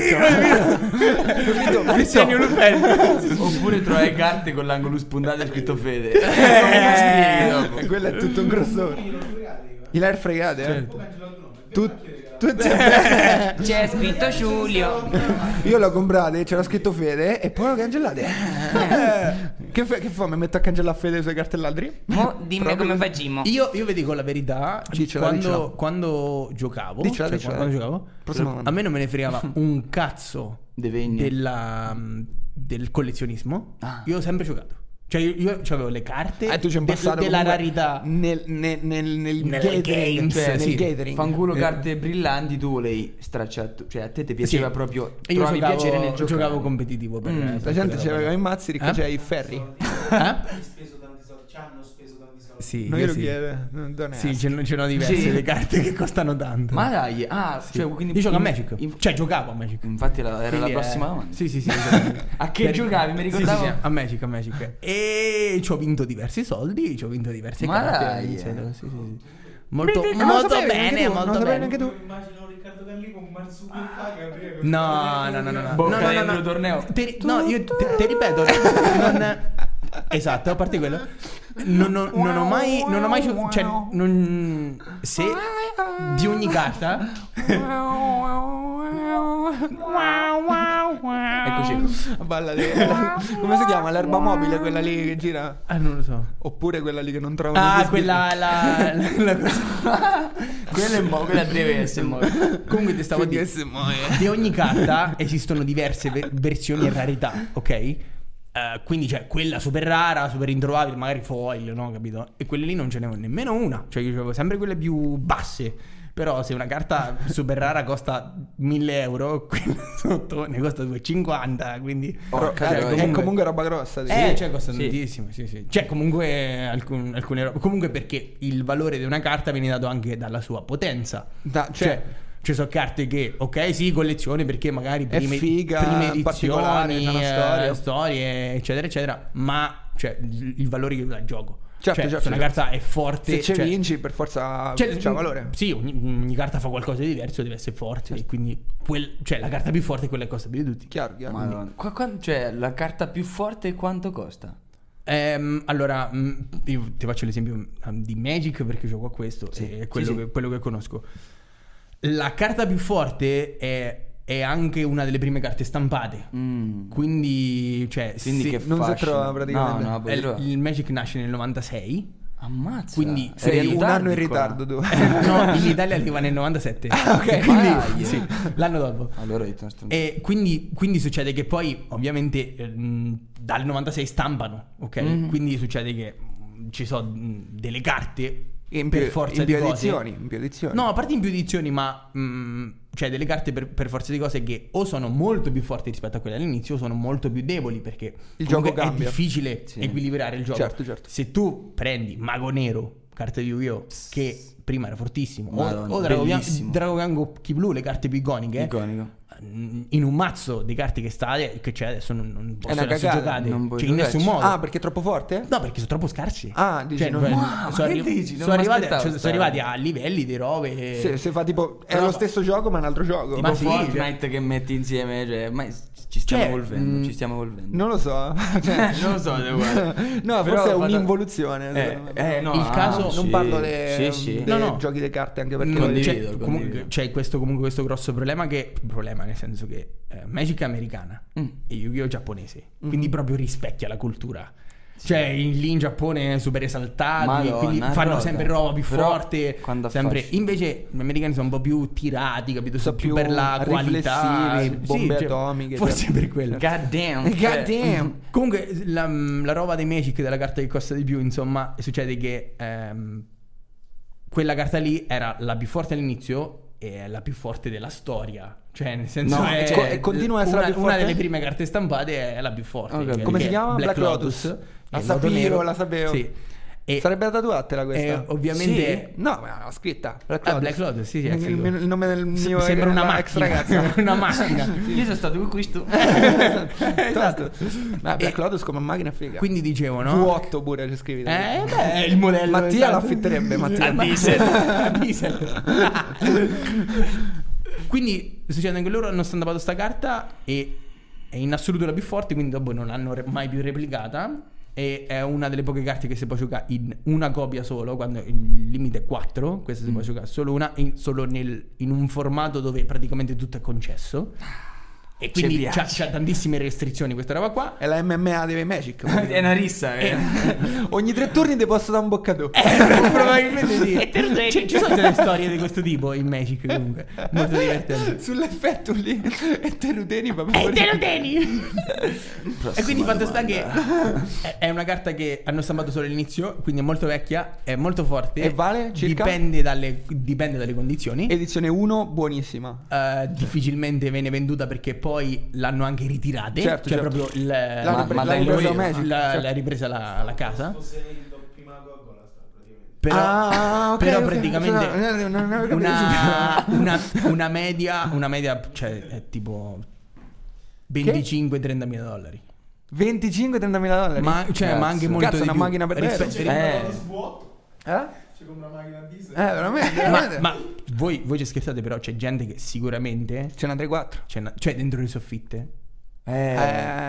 cavò. Capito?
Arsenio Lupin.
Oppure trovare carte con l'angolo spuntato e scritto Fede.
Eh, eh, quello è tutto un grosso.
Io l'ho fregato, io. eh.
Gliel'hai fregate? eh?
Certo.
Poi Angelo Antonone, che
Tu-
cacchio regala?
tu- cioè,
C'è scritto
io l'ho comprate, c'era scritto Fede e poi l'ho cancellate. Eh, che, fa, che fa? Mi metto a cancellare Fede le sue cartelladri?
dimmi come facciamo.
Io, io vi dico la verità,
Diccela,
quando,
diccela.
quando giocavo,
Diccela,
cioè,
diccela.
quando giocavo,
Prossima domanda.
a me non me ne fregava un cazzo
De Vigna.
della, mm, del collezionismo.
Ah.
Io ho sempre giocato. Cioè, io, io avevo le carte
Eh, tu c'è un
de-
passato
della
comunque
rarità.
Nel, nel, nel, nel
Nelle
gathering,
games,
cioè, nel
sì.
gathering.
Fanculo
Eh,
carte brillanti, tu lei stracciato. Cioè, a te ti piaceva
Sì.
proprio.
Io
trovavi
giocavo,
piacere nel giocare.
giocavo competitivo per,
Mm,
per
La
Eh, quella
gente
roba.
ci aveva i mazzi, ricca
Eh?
c'è i ferri.
Soldi.
Eh?
Hai speso tanti soldi, ci hanno speso tanti soldi.
Sì,
Non
io
glielo
sì.
chiede, non non è.
Sì, ce ne ce ne ho diverse
Sì.
le carte che costano tanto.
Ma dai, ah,
Sì.
cioè, quindi.
io gioco a
in-
Magic.
in-
Cioè, giocavo a Magic.
Infatti, era, era la
Quindi, eh,
prossima domanda.
Sì, sì, sì. esatto.
A che giocavi? Mi
Sì, sì,
ricordavo.
sì, a Magic, a Magic. E ci ho vinto diversi soldi, ci ho vinto diverse
Ma
carte.
dai,
sì,
eh.
sì, sì. Molto,
Beh, beh, non lo
molto
sapevi neanche
bene,
tu, non lo
molto
sapevi
bene.
neanche
Io
tu.
immagino Riccardo Galli con Marzucchi in paga. prima che-
No, no, no, no, no.
Bocca
no, no,
dentro
no.
torneo.
Ti ri- no, io te, te ripeto, non- Esatto, a parte quello. Non ho, non ho mai. Non ho mai giocato. Cioè, non. Se di ogni carta.
Eccoci.
Balla di- Come si chiama? L'erba mobile, quella lì che gira?
Ah, non lo so.
Oppure quella lì che non trovano gli
Ah,
sbirri?
quella. La, la, la cosa.
Quella è mo, quella deve essere mo.
Comunque ti stavo dicendo. Di ogni carta esistono diverse ver- versioni e rarità, ok? Eh, quindi c'è quella super rara, super introvabile, magari foil, no? Capito? E quelle lì non ce n'è nemmeno una. Cioè, io avevo sempre quelle più basse. Però se una carta super rara costa 1000 euro, quella sotto ne costa 250, quindi...
Ro-
Porca
eh,
troia. Ecco,
È comunque roba grossa. sì.
Eh, cioè costa
sì.
tantissimo, sì, sì. Cioè, comunque alcun- alcune robe. Comunque perché il valore di una carta viene dato anche dalla sua potenza.
Da-
cioè,
cioè-
ci sono carte che, ok, sì, collezione perché magari
È
prime,
figa,
prime
particolare, c'è
edizioni,
una
eh,
storia.
storie, eccetera, eccetera. Ma cioè, il il valore che dà il gioco.
Certo,
Cioè,
certo,
se una
certo.
carta è forte,
Se ci
cioè-
vinci, per forza
cioè,
c'ha
mm,
valore.
Sì, ogni, ogni carta fa qualcosa di diverso, deve essere forte. E quindi quel- cioè, la carta più forte è quella che costa più di tutti.
Chiaro, chiaro.
Madonna. Qua- qua- cioè, la carta più forte quanto costa?
Ehm, allora, mm, io ti faccio l'esempio mm, di Magic perché gioco a questo, è quello,
sì, sì.
Che, quello che conosco. La carta più forte è, è anche una delle prime carte stampate.
Mm.
Quindi, cioè,
Quindi
se-
che
non si
fascino.
trova praticamente.
No, no,
eh,
poi trova.
il Magic nasce nel 96.
Ammazza.
Quindi
Eri
Sei un anno in
ritardi qua.
ritardo tu.
no, in Italia arriva nel 97.
Ah, ok.
quindi
Dai.
sì, l'anno dopo.
Allora io sono
Eh,
stronzo.
E quindi, quindi succede che poi, ovviamente, ehm, dal 96 stampano, ok?
Mhm.
Quindi succede che mm, ci sono mm, delle carte
In
per
più-
forza
in
di
più
cose.
edizioni, in più edizioni.
No, a parte in più edizioni, ma mm, cioè delle carte per, per forza di cose che o sono molto più forti rispetto a quelle all'inizio, o sono molto più deboli perché
Il
comunque
gioco
è
cambia.
difficile
Sì.
equilibrare il gioco.
Certo, certo.
Se tu prendi Mago Nero, carta di Yu-Gi-Oh, che prima era fortissimo, o-
Madonna,
o Dragogan
bellissimo.
Dragogan Gokki Blu, le carte più iconiche,
Iconico.
mm, in un mazzo di carte che sta che c'è adesso non, non possono
una
essere
cagata,
giocate,
non puoi
cioè in
giocarci.
nessun modo.
Ah, perché è troppo forte?
No, perché sono troppo scarsi. Cioè,
Ah, dici, non-
beh,
Wow,
ma
sono,
che dici? Non
sono
mi
arrivati,
aspettavo
cioè, sono
sta-
arrivati a livelli di robe.
Se, se fa tipo è
Roba.
lo stesso gioco ma è un altro gioco.
Ma
Ma
sì,
Fortnite che metti insieme, cioè, ma ci stiamo
Cioè,
evolvendo,
mm,
ci stiamo evolvendo.
Non lo so. Cioè,
non lo so, devo guardare. Però
no, forse è
vado-
un'involuzione.
Eh,
secondo me.
eh, no,
Il
ah,
caso-
non
sì,
parlo dei
Sì, sì.
No, no.
giochi di carte anche perché
Mm,
Condivido,
c'è,
condivido.
comunque, c'è questo, comunque questo grosso problema che problema nel senso che eh, Magic è americana
Mm.
e Yu-Gi-Oh! è giapponese
Mm-hmm.
quindi proprio rispecchia la cultura cioè in- lì in Giappone super esaltati
Madonna,
quindi
è
fanno
roba.
sempre roba più
Però,
forte
quando
sempre-
affascina.
invece gli americani sono un po' più tirati capito sono
Sono
più,
più
per la qualità
riflessivi, bombe atomiche,
forse
cioè.
per quello
God damn.
God damn.
Comunque la, la roba dei Magic della carta che costa di più, insomma, succede che ehm, quella carta lì era la più forte all'inizio e è la più forte della storia. Cioè, nel senso
No,
è,
co- e
eh, continua a essere
una,
la più
una
forte?
delle prime carte stampate è la più forte.
Ok,
che-
Come
che
si
è
chiama? Black Lotus? La
Eh, Lodo
sapevo,
Nero.
la sapevo.
Sì. E,
Sarebbe da tatuartela questa.
e ovviamente
Sì? No, ma la scritta. Black
Ah, Black Lotus, sì, sì, è
Il-
figo.
il, il nome del
se-
mio
sembra una
la
macchina,
ex ragazza.
sembra una macchina.
Io sono stato con questo.
Eh, esatto. Ma Black
E-
Lotus come macchina è figa.
Quindi dicevo, no?
V8 pure ci scrivi.
Eh, beh, il modello.
Mattia
esatto.
l'affitterebbe, Mattia.
A diesel. A diesel. quindi succede che loro hanno stampato sta carta e è in assoluto la più forte, quindi dopo non l'hanno re- mai più replicata. E è una delle poche carte che si può giocare in una copia solo, quando il limite è 4, questa si può giocare solo una, in, solo nel- in un formato dove praticamente tutto è concesso. E
Ci
quindi
piace.
c'ha, c'ha tantissime restrizioni questa roba qua.
È la MMA dei Magic.
È una rissa, eh.
Ogni tre turni ti posso dare un boccato.
Eh, Probabilmente sì. Ci- ci sono delle storie di questo tipo in Magic comunque. Molto divertente.
Sull'effetto lì. E te lo tieni, papà.
E Eh, te lo tieni! e quindi il fatto sta che
domanda.
è- è una carta che hanno stampato solo all'inizio, quindi è molto vecchia, è molto forte.
E vale circa?
Dipende dalle, dipende dalle condizioni.
Edizione 1, buonissima.
Eh, difficilmente viene venduta perché poi l'hanno anche ritirate.
Certo,
cioè
certo.
proprio il,
L'hanno
pre-
ma-
l'hanno
la-
preso
la-
Magic,
la-
certo.
l'ha ripresa la, la casa.
Fosse il doppio mago a gola, sta, praticamente.
Però,
Ah, ok,
però
ok.
praticamente
No, no, no, no, no, no,
una, una- una media, una media, cioè è tipo 25-30 mila dollari.
25-30 mila dollari. Eh?
Ma, cioè, ma anche
Cazzo,
molto
una
di più.
macchina per
Rispe-
vero.
Ci
ri-
compra
Eh.
lo svuoto,
Eh?
ci compra una macchina a diesel.
Eh, veramente?
cioè, ma,
veramente?
ma voi, voi ci scherzate, però c'è gente che sicuramente
Ce n'ha 3-4.
c'è, una- c'è dentro le soffitte.
Eh,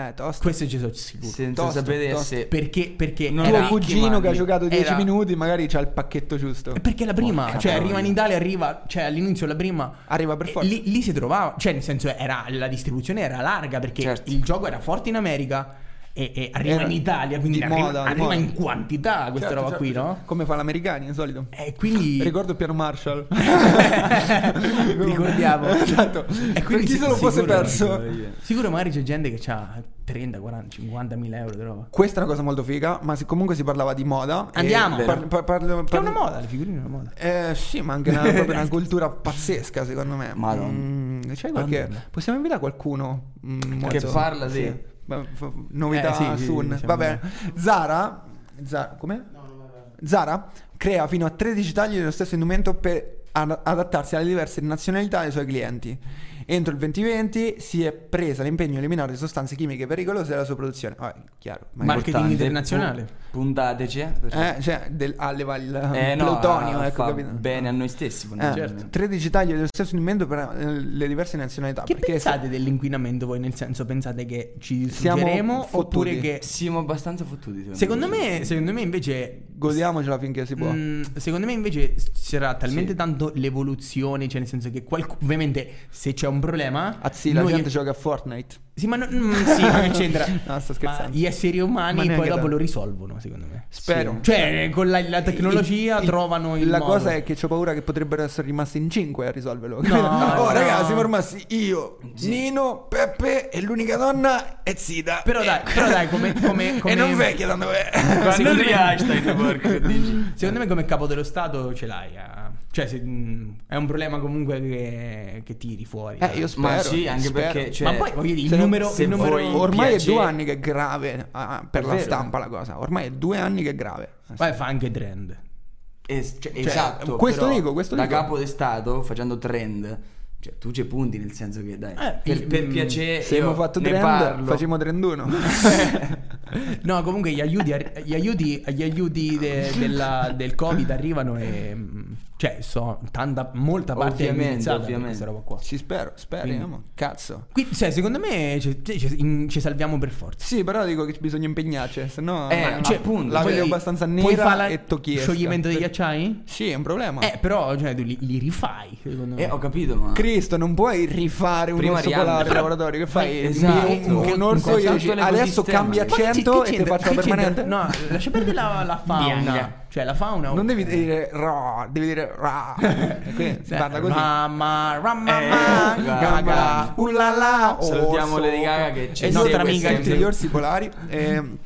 Eh, tosto.
Queste ci sono sicuro.
senza
tosto,
sapere
tosto.
se
Perché, perché
Non
era,
Tuo
Era-
cugino che ha giocato 10
era-
minuti, magari c'ha il pacchetto giusto.
perché la prima,
Porca
cioè arriva in
troia.
Italia, arriva, cioè all'inizio la prima
Arriva per
E
forza.
Eh, Lì, lì si trovava, cioè nel senso era, la distribuzione era larga perché
Certo.
il gioco era forte in America e, e arriva
Era
in Italia, quindi
di
arriva,
moda, di
arriva
moda.
in quantità questa
Certo,
roba
certo,
qui,
certo.
no?
Come fa l'americano, in solito.
E quindi...
Ricordo Piano Marshall.
Ricordiamo.
Esatto.
E
Per
quindi
chi se lo
sì,
fosse
sicuro.
perso.
Sicuro magari c'è gente che ha 30, 40, 50 mila euro di roba.
Questa è una cosa molto figa, ma se comunque si parlava di moda. e
Andiamo.
par- par- parlo-
Che è
parlo-
una moda, le figurine è una moda.
Eh, sì, ma anche una, proprio una cultura pazzesca, secondo me.
Madonna.
Mm, c'è qualche-
Madonna.
Possiamo invitare qualcuno? Mm,
che
mozzo?
parla di
Ma- fa- Novità
Eh, sì, sì,
soon.
diciamo
Vabbè. Zara. Zara. Come?
No, no, no, no.
Zara crea fino a 13 tagli dello stesso indumento per ad- adattarsi alle diverse nazionalità dei suoi clienti. Entro il 2020 si è presa l'impegno di eliminare le sostanze chimiche pericolose dalla sua produzione. Vabbè, chiaro. Ma
Marketing
Importante.
internazionale.
Pu- Puntateci. perché-
eh, cioè, del, ah, leva il
eh, no,
plutonio,
ah,
ecco,
fa
capito?
bene a noi stessi.
Eh,
Certo.
Tre digitali dello stesso alimento per eh, le diverse nazionalità.
Che
perché
pensate dell'inquinamento voi? Nel senso, pensate che ci
Siamo
distruggeremo oppure
fottuti.
che...
Eh, Siamo abbastanza fottuti.
Secondo me, secondo me invece...
Godiamocela finché si può.
Mm, secondo me invece sarà talmente
Sì.
tanto l'evoluzione, cioè nel senso che qualc- ovviamente se c'è un problema...
Azzi, Ah, la
noi-
gente gioca a Fortnite.
Sì, ma no- mm, sì, non c'entra.
No, sto scherzando.
Ma gli esseri
Ma
umani
neanche
poi dopo
tanto.
lo risolvono, secondo me.
Spero.
Sì. Cioè, con la, la tecnologia
Il- il-
trovano il
La
modo.
cosa è che ho paura che potrebbero essere rimasti in 5 a risolverlo.
no.
oh, ragazzi, siamo rimasti io, Nino, Peppe e l'unica donna è Sida.
Però dai, però dai, come... come, come-
E non vecchia tanto è.
Secondo
secondo
me
me-
Einstein porco, dici.
Secondo me come capo dello Stato ce l'hai. ah. Cioè, se- mm, è un problema comunque che, che tiri fuori.
Eh, io spero.
Ma sì, anche
spero.
perché cioè,
Ma poi voglio dire,
Se
il
non-
numero...
se
il numero-
vuoi-
Ormai
piace-
è due anni che è grave ah, per la
Vero.
stampa la cosa. Ormai è due anni che è grave.
Poi fa anche trend.
es- cioè, esatto.
questo
però,
dico, questo
da
dico.
capo di Stato facendo trend. Cioè, tu c'è punti nel senso che dai.
Eh,
per,
il-
per
mm,
piacere,
Se abbiamo
io
fatto
ne
trend,
parlo.
facciamo trenduno.
No, comunque gli aiuti, arri- gli aiuti, gli aiuti de- della- del Covid arrivano e... mm, Cioè, so, tanta, molta parte è
Ovviamente,
indirizzata per
ovviamente.
questa roba qua.
Ci spero, speriamo. Cazzo.
Qui, cioè, secondo me ci, ci- ci- in- ci salviamo per forza.
Sì, però dico che bisogna impegnarci, se no
Eh,
la-
cioè,
appunto,
la
puoi-
voglio abbastanza
puoi
nera
fare la-
e tocchiesca.
Scioglimento degli acciai?
Sì, è un problema.
Eh, però, cioè, tu li, li rifai, secondo me.
Eh, ho capito, ma.
Cristo, non puoi rifare un
Prima
orso
riambla.
polare in
Però-
laboratorio. Che fai?
Esatto.
Un- Un, un orso
Un
e dici,
contatto
adesso
all'ecosistema.
cambia
Ma che c'è-
100
che
e te
c'entra-
faccio
che
la permanente.
c'entra- No, lascia perdere la, la
Bianca.
fauna. Cioè, la fauna.
Non devi eh, dire ra, devi dire ra. E quindi si
Cioè,
parla così.
Mamma, mamma,
Eh,
mamma,
Gamba,
gaga.
ulala, orso.
Ah, Salutiamo Lady Gaga che ci
E nostra
segue
amica
sempre.
Tutti gli orsi polari. Ehm,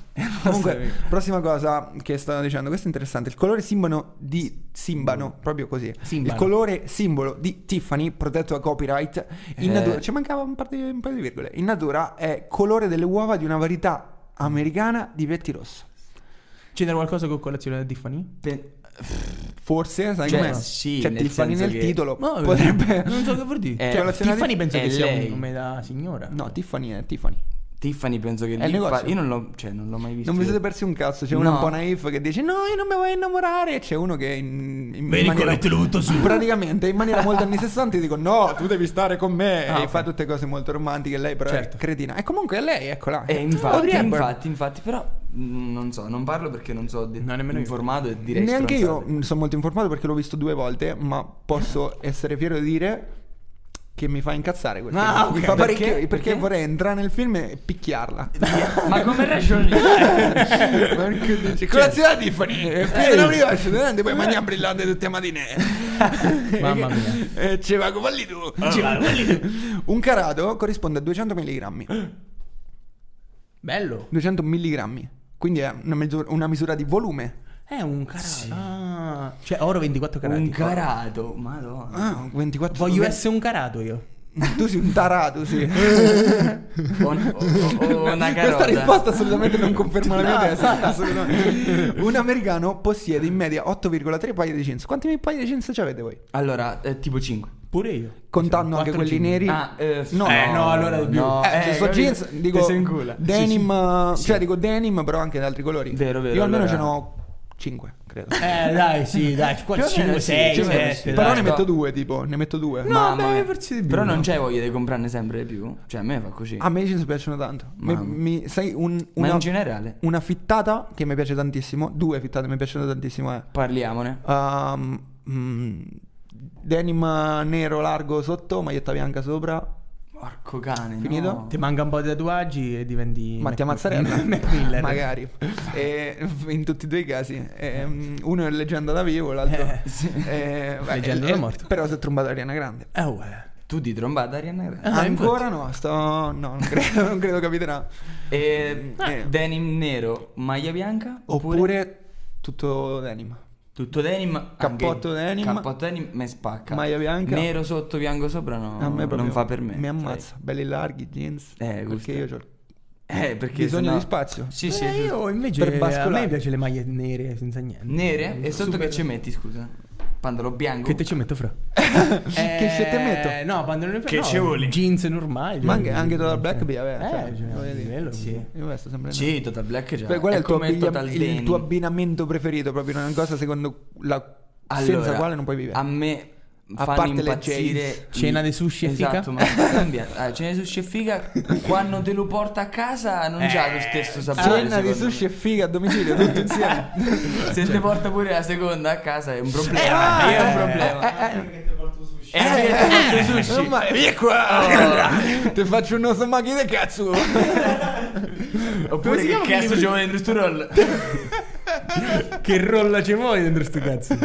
comunque, prossima cosa che stavo dicendo, questo è interessante. Il colore simbolo di
Mm.
Simbano, proprio così.
Simbano.
Il colore simbolo di Tiffany, protetto da copyright. In
Eh.
natura, ci mancava un, par di- un paio di virgole. In natura è colore delle uova di una varietà americana di pettirosso.
C'entra qualcosa con colazione da Tiffany?
Pe-
Forse, sai
Cioè,
com'è?
sì,
C'è
nel
Tiffany
senso
nel
che-
titolo.
No,
potrebbe.
Non so che vuol dire.
Eh,
cioè,
colazione da
Tiffany penso
è
che sia
lei.
un nome da signora.
No, Tiffany è Tiffany.
Tiffany penso che
È il
lì fa-
negozio.
Io non l'ho, cioè, non l'ho mai visto.
Non vi siete persi un cazzo, c'è una
No.
un po' naif che dice no, io non mi voglio innamorare. E c'è uno che in, in
Vieni qua e te lo butto su.
Praticamente in maniera molto anni 60 dico no, tu devi stare con me.
Ah,
e
ok.
fa tutte cose molto romantiche. Lei però
Certo.
è cretina. E comunque è lei, eccola.
Eh, infatti,
Audrey
infatti,
Hepburn.
infatti, però mh, non so, non parlo perché non so de-
No, nemmeno io.
informato e direi
Neanche io
stronzate.
mh, sono molto informato perché l'ho visto due volte, ma posso essere fiero di dire che mi fa incazzare quel film.
Ah, ok.
Mi fa
Perché?
parecchio- perché?
Perché?
vorrei entrare nel film e picchiarla.
Ma come ragioni? Eh,
Perché dici, Colazione di Tiffany, eh, prima la prima, scegliete, poi mangiamo brillante tutte le mattine.
Mamma mia.
Eh, ci va con lì tu. Ci va Un carato corrisponde a 200 milligrammi.
Bello.
200 milligrammi. Quindi è una, misura- una misura di volume.
È un carato. Ah, cioè, oro 24 carati.
un carato, madonna.
Ah, 24
Voglio essere un carato io.
Tu sei un tarato, sì.
O, o- o una carota.
Questa risposta assolutamente non conferma la mia testa. assolutamente. Un americano possiede in media 8,3 paia di jeans. Quanti paia di jeans avete voi?
Allora, eh, tipo 5.
Pure io.
Contando anche
Quattro
quelli
jeans.
neri?
Ah, eh,
No.
Eh, no, allora di più.
no,
Eh, se so
capito?
jeans,
Ti
dico
sei in culo.
denim, eh, cioè dico denim, però anche di altri colori.
Vero, vero,
Io almeno
allora-
ce n'ho 5, credo. Cioè,
Eh, dai, sì, dai.
Più o meno
5,
sì,
6,
più o meno
7.
sì.
però
dai,
ne
no.
metto due, tipo, ne metto due.
No,
Mamma
beh,
mia.
forse di più,
Però
no.
non c'è voglia di comprarne sempre di più. Cioè, a me fa così.
A me i jeans piacciono tanto. Mi,
Mamma.
mi- sai, un-
Ma
una,
in generale,
una fittata che mi piace tantissimo, due fittate mi piacciono tantissimo è...
parliamone.
ehm, mm, denim nero largo sotto, maglietta bianca sopra.
Porco cane,
Finito?
no.
Ti manca un po' di tatuaggi e diventi.
Mattia
Mac-
Mazzarella
Mac Miller.
magari Eh, in tutti e due i casi Ehm, uno è leggenda da vivo l'altro
Eh,
eh, beh,
Leggenda
eh,
da morto.
però si è trombato Ariana Grande
Eh, uè.
Tu di trombata Ariana Grande.
Ah,
ancora no sto no non credo, non credo capiterà
E
Eh.
denim nero, maglia bianca
oppure,
oppure,
tutto denim
tutto denim,
Cappotto
anche-
denim.
cappotto denim me spacca.
Maglia bianca.
Nero sotto, bianco sopra no,
a me proprio
non fa per me.
mi ammazza belli larghi jeans
Eh, gusta.
perché io ho
sai. Eh, perché
bisogno
sennò-
di spazio
Sì, sì.
Eh,
giusto.
io invece
Per
a
bascolare.
me piace le maglie nere senza niente.
Nere e sotto
Super-
che ci metti, scusa? Pandalo bianco.
Che te ci metto fra? Eh,
Che se te metto?
No, pantalone fra.
Che
no,
ci vuole?
Jeans normali.
Ma anche, anche Total
Sì.
Black B, vabbè. cioè,
Eh, cioè,
voglio dire.
bello,
Sì. Io questo sempre
Sì, Total Black già.
Beh, qual è, il, tuo
Cioè, come
abbiglia-
Total
il
Denim.
tuo abbinamento preferito? Proprio una cosa secondo la senza
Allora,
quale non puoi vivere.
A me
A
fanno
parte le
impazzire
Jays.
Cena di sushi e fica?
Esatto, ma cambia. Ah, cena di sushi e figa quando te lo porta a casa non già lo stesso sapore.
Eh, Cena di
secondo
sushi
me.
e figa a domicilio, tutti insieme.
Se te porta pure la seconda a casa è un problema.
ah,
è un
eh,
problema.
Perché ti porto sushi?
E anche il sushi.
Oh, ma vieni qua! Oh, Ti faccio un osso macchina di cazzo!
Oppure che cazzo ci vuole dentro sto roll?
Che rolla ci vuoi dentro sto cazzo?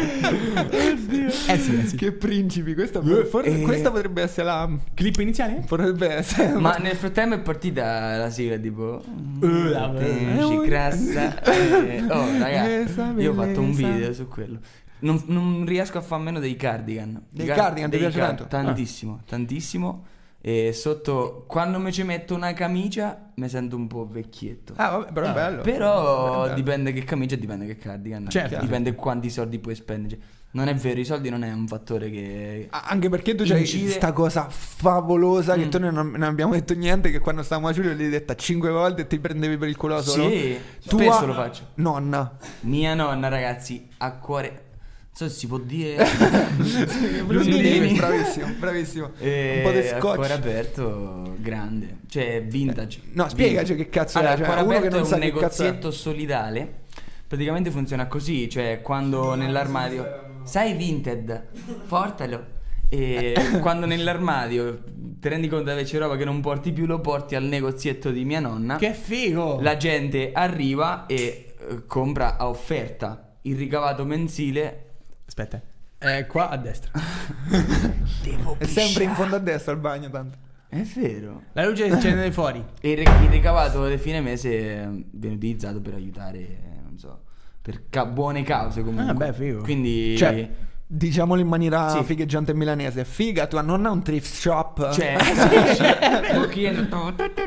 Oddio. Eh sì, eh sì.
Che principi, questa, for-
eh.
questa potrebbe essere la.
Clip iniziale?
Potrebbe essere.
Ma nel frattempo è partita la sigla tipo
Eh, la-
Tenci crassa eh, Oh
Le
raga
sabe,
Io ho fatto un
le sabe.
video su quello non, non riesco a far meno dei cardigan
Dei
Car-
cardigan, ti piace tanto?
Tantissimo Tantissimo E sotto Quando mi ci metto una camicia Mi sento un po' vecchietto
Ah, vabbè, però è bello.
Però
Bello.
dipende che camicia Dipende che cardigan
Certo.
Dipende quanti soldi puoi spendere Non è vero I soldi non è un fattore che
A- Anche perché tu c'hai
Incide- Mm.
questa cosa favolosa che tu non, non abbiamo detto niente. Che quando stavamo a Giulio l'hai detta cinque volte e ti prendevi per il culo solo.
Sì
Tua
Spesso lo faccio
Nonna.
Mia nonna, ragazzi, a cuore. Non so se si può dire.
Brunellini, bravissimo, bravissimo.
Eh,
Un po' di
A cuore
scotch.
aperto, grande. Cioè, vintage.
No, spiegaci che cazzo
Allora,
è. Cioè,
Cuore
uno che
Aperto
non sa
è un
che cazzo è.
negozietto solidale. Praticamente funziona così, cioè quando nell'armadio... Sai Vinted? Portalo. E quando nell'armadio ti rendi conto che c'è roba che non porti più, lo porti al negozietto di mia nonna.
Che figo!
La gente arriva e eh, compra a offerta il ricavato mensile.
Aspetta. È qua a destra.
Devo
È sempre in fondo a destra al bagno, tanto.
È vero.
La luce scende fuori.
E il, ri- il ricavato del fine mese eh, viene utilizzato per aiutare, eh, non so, per ca- buone cause comunque.
Ah, beh, figo.
Quindi...
Cioè, diciamolo in maniera
Sì.
figheggiante milanese. Figa, tua nonna ha un thrift shop.
Cioè,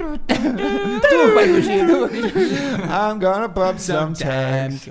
tu fai così. tu- I'm gonna pop some tags.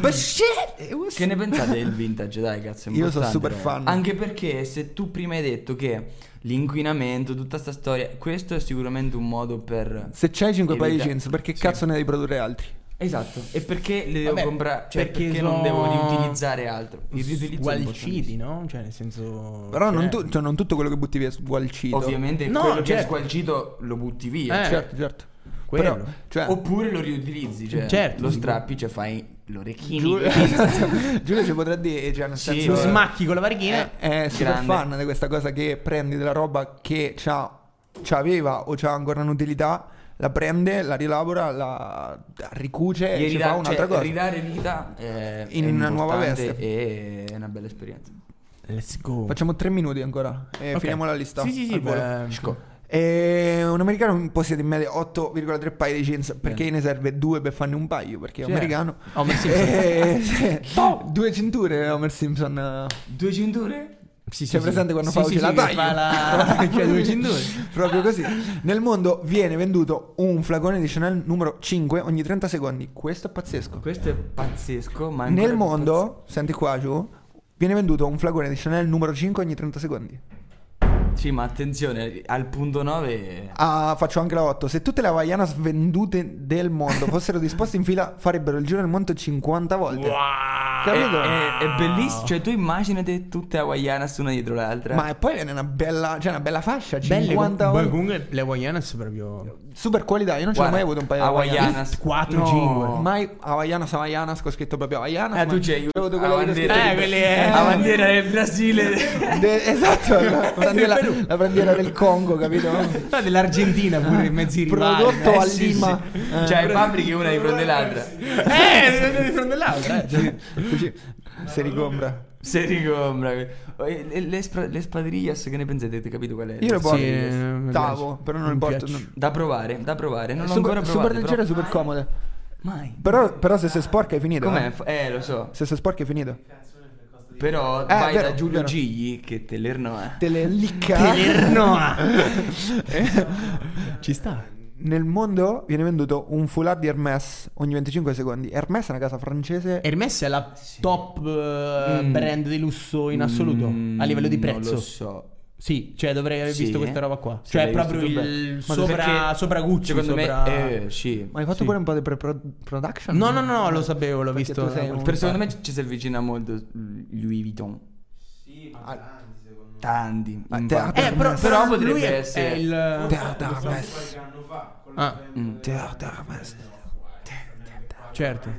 But shit! it was-
Che ne pensate del vintage? Dai, cazzo. è
Io sono
importante,
super
raga.
fan.
Anche perché se tu prima hai detto che l'inquinamento, tutta sta storia, questo è sicuramente un modo per.
Se c'hai 5 pairi di
Evita-
jeans, perché
Sì.
cazzo ne devi produrre altri?
Esatto. E perché le devo
Vabbè,
comprare? Cioè,
perché
perché,
sono-
non devo riutilizzare altro? Il riutilizzo è
Gualcidi,
importantissimo.
no? Cioè, nel senso.
Però non,
cioè,
tu- cioè, non tutto quello che butti via sgualcito.
Ovviamente
No,
quello che è
certo.
sgualcito lo butti via.
Eh,
cioè,
Certo, certo.
Quello.
Però, cioè,
Oppure lo riutilizzi. Cioè,
Certo.
Lo strappi, cioè fai l'orecchino.
Giulio, Giulio ci potrà dire, cioè, nel
Sì,
senso,
Lo
eh,
smacchi con la varichina.
è, è super
Grande.
fan di questa cosa che prendi della roba che c'ha, c'aveva o c'ha ancora un'utilità, la prende, la rielabora, la la ricuce e
Ieri
eh, ci
da-
fa un'altra
cioè,
cosa.
Ridare vita eh,
In
è
una nuova
importante
veste.
E è una bella esperienza.
Let's go.
Facciamo tre minuti ancora e
Ok.
finiamo la lista.
Sì, sì, sì.
al volo.
beh,
E un americano possiede in media 8,3 paio di jeans perché ne serve due per farne un paio perché è
Sì.
americano.
Homer Simpson.
E- due cinture Homer Simpson.
Due cinture?
Sì,
C'è presente quando fa
sì,
la
sì, che fa la... cioè, due cinture.
Proprio così. Nel mondo viene venduto un flacone di Chanel numero 5 ogni 30 secondi. Questo è pazzesco.
Questo è pazzesco, ma ancora
Nel
più
mondo, senti qua giù, viene venduto un flacone di Chanel numero 5 ogni 30 secondi.
pazz- Sì, ma attenzione, al punto 9
Ah, faccio anche la 8. Se tutte le Havaianas vendute del mondo fossero disposte in fila, farebbero il giro del mondo 50 volte.
è,
Capito?
è- è bellissimo. Cioè, tu immaginate tutte Hawaiianas una dietro l'altra.
Ma e poi viene una bella, cioè una bella fascia,
Belle,
50
com- beh,
volte.
comunque le Hawaiianas proprio...
Super qualità, io non ce l'ho
Guarda,
mai avuto un paio di
Hawaiianas.
4,
No.
5.
Mai Havaianas, Havaianas, ho scritto proprio Havaianas.
Ah,
ma-
tu c'hai
Ho avuto quella che ho scritto-
Eh, quelli è...
La bandiera del Brasile.
De- esatto, la bandiera, la bandiera del Congo, capito?
No, dell'Argentina pure, in mezzo ai rivali.
Prodotto
eh,
a
sì,
Lima. Eh.
cioè, fabbriche una di fronte all'altra.
sì. Eh, di fronte all'altra. eh.
Così si ricombra.
Se ricombra. E- e- Le, spra- le spadrillas, che ne pensate? Avete capito qual è?
Io lo porto.
Sì, eh, mi
Tavo,
piace.
però non
Mi
lo porto.
piace.
non-
Da provare, da provare. Non l'ho
Super,
ancora provato.
super leggera e super comoda.
Mai.
Però, però se sei sporca è finito.
Com'è?
eh.
Eh, lo so.
Se sei sporca è finito.
Però vai
Eh, vero,
da Giulio
vero.
Gigli che te eh. l'erno è.
Te le licca.
Telernoa. Ci sta.
nel mondo viene venduto un foulard di Hermès ogni 25 secondi. Hermès è una casa francese.
Hermes è la
Sì.
top eh,
Mm.
brand di lusso in assoluto
Mm,
a livello di
Non lo
prezzo.
so.
Sì, cioè dovrei aver
Sì.
visto questa roba qua.
Sì,
Cioè è
l'hai
proprio
visto tu
il
bene. Ma
sopra,
perché-
sopra Gucci,
Secondo
sopra-
me, eh, sì.
Ma hai fatto
Sì.
pure un po' di pre-production?
No, no, no, lo sapevo, l'ho
Perché
visto.
tu sei un-
Per-
Per secondo me ci si avvicina molto Louis Vuitton.
Sì, ma
Ah.
grandi secondo me.
Tanti.
Ma
in
te-
parte.
Eh, però,
Lui
però
potrebbe
lui è-
essere-
È il...
Forse
Teatro
lo so
Hermes.
qualche anno fa, con
Ah.
la trend
Mm.
del-
Teatro Hermes.
Certo.
E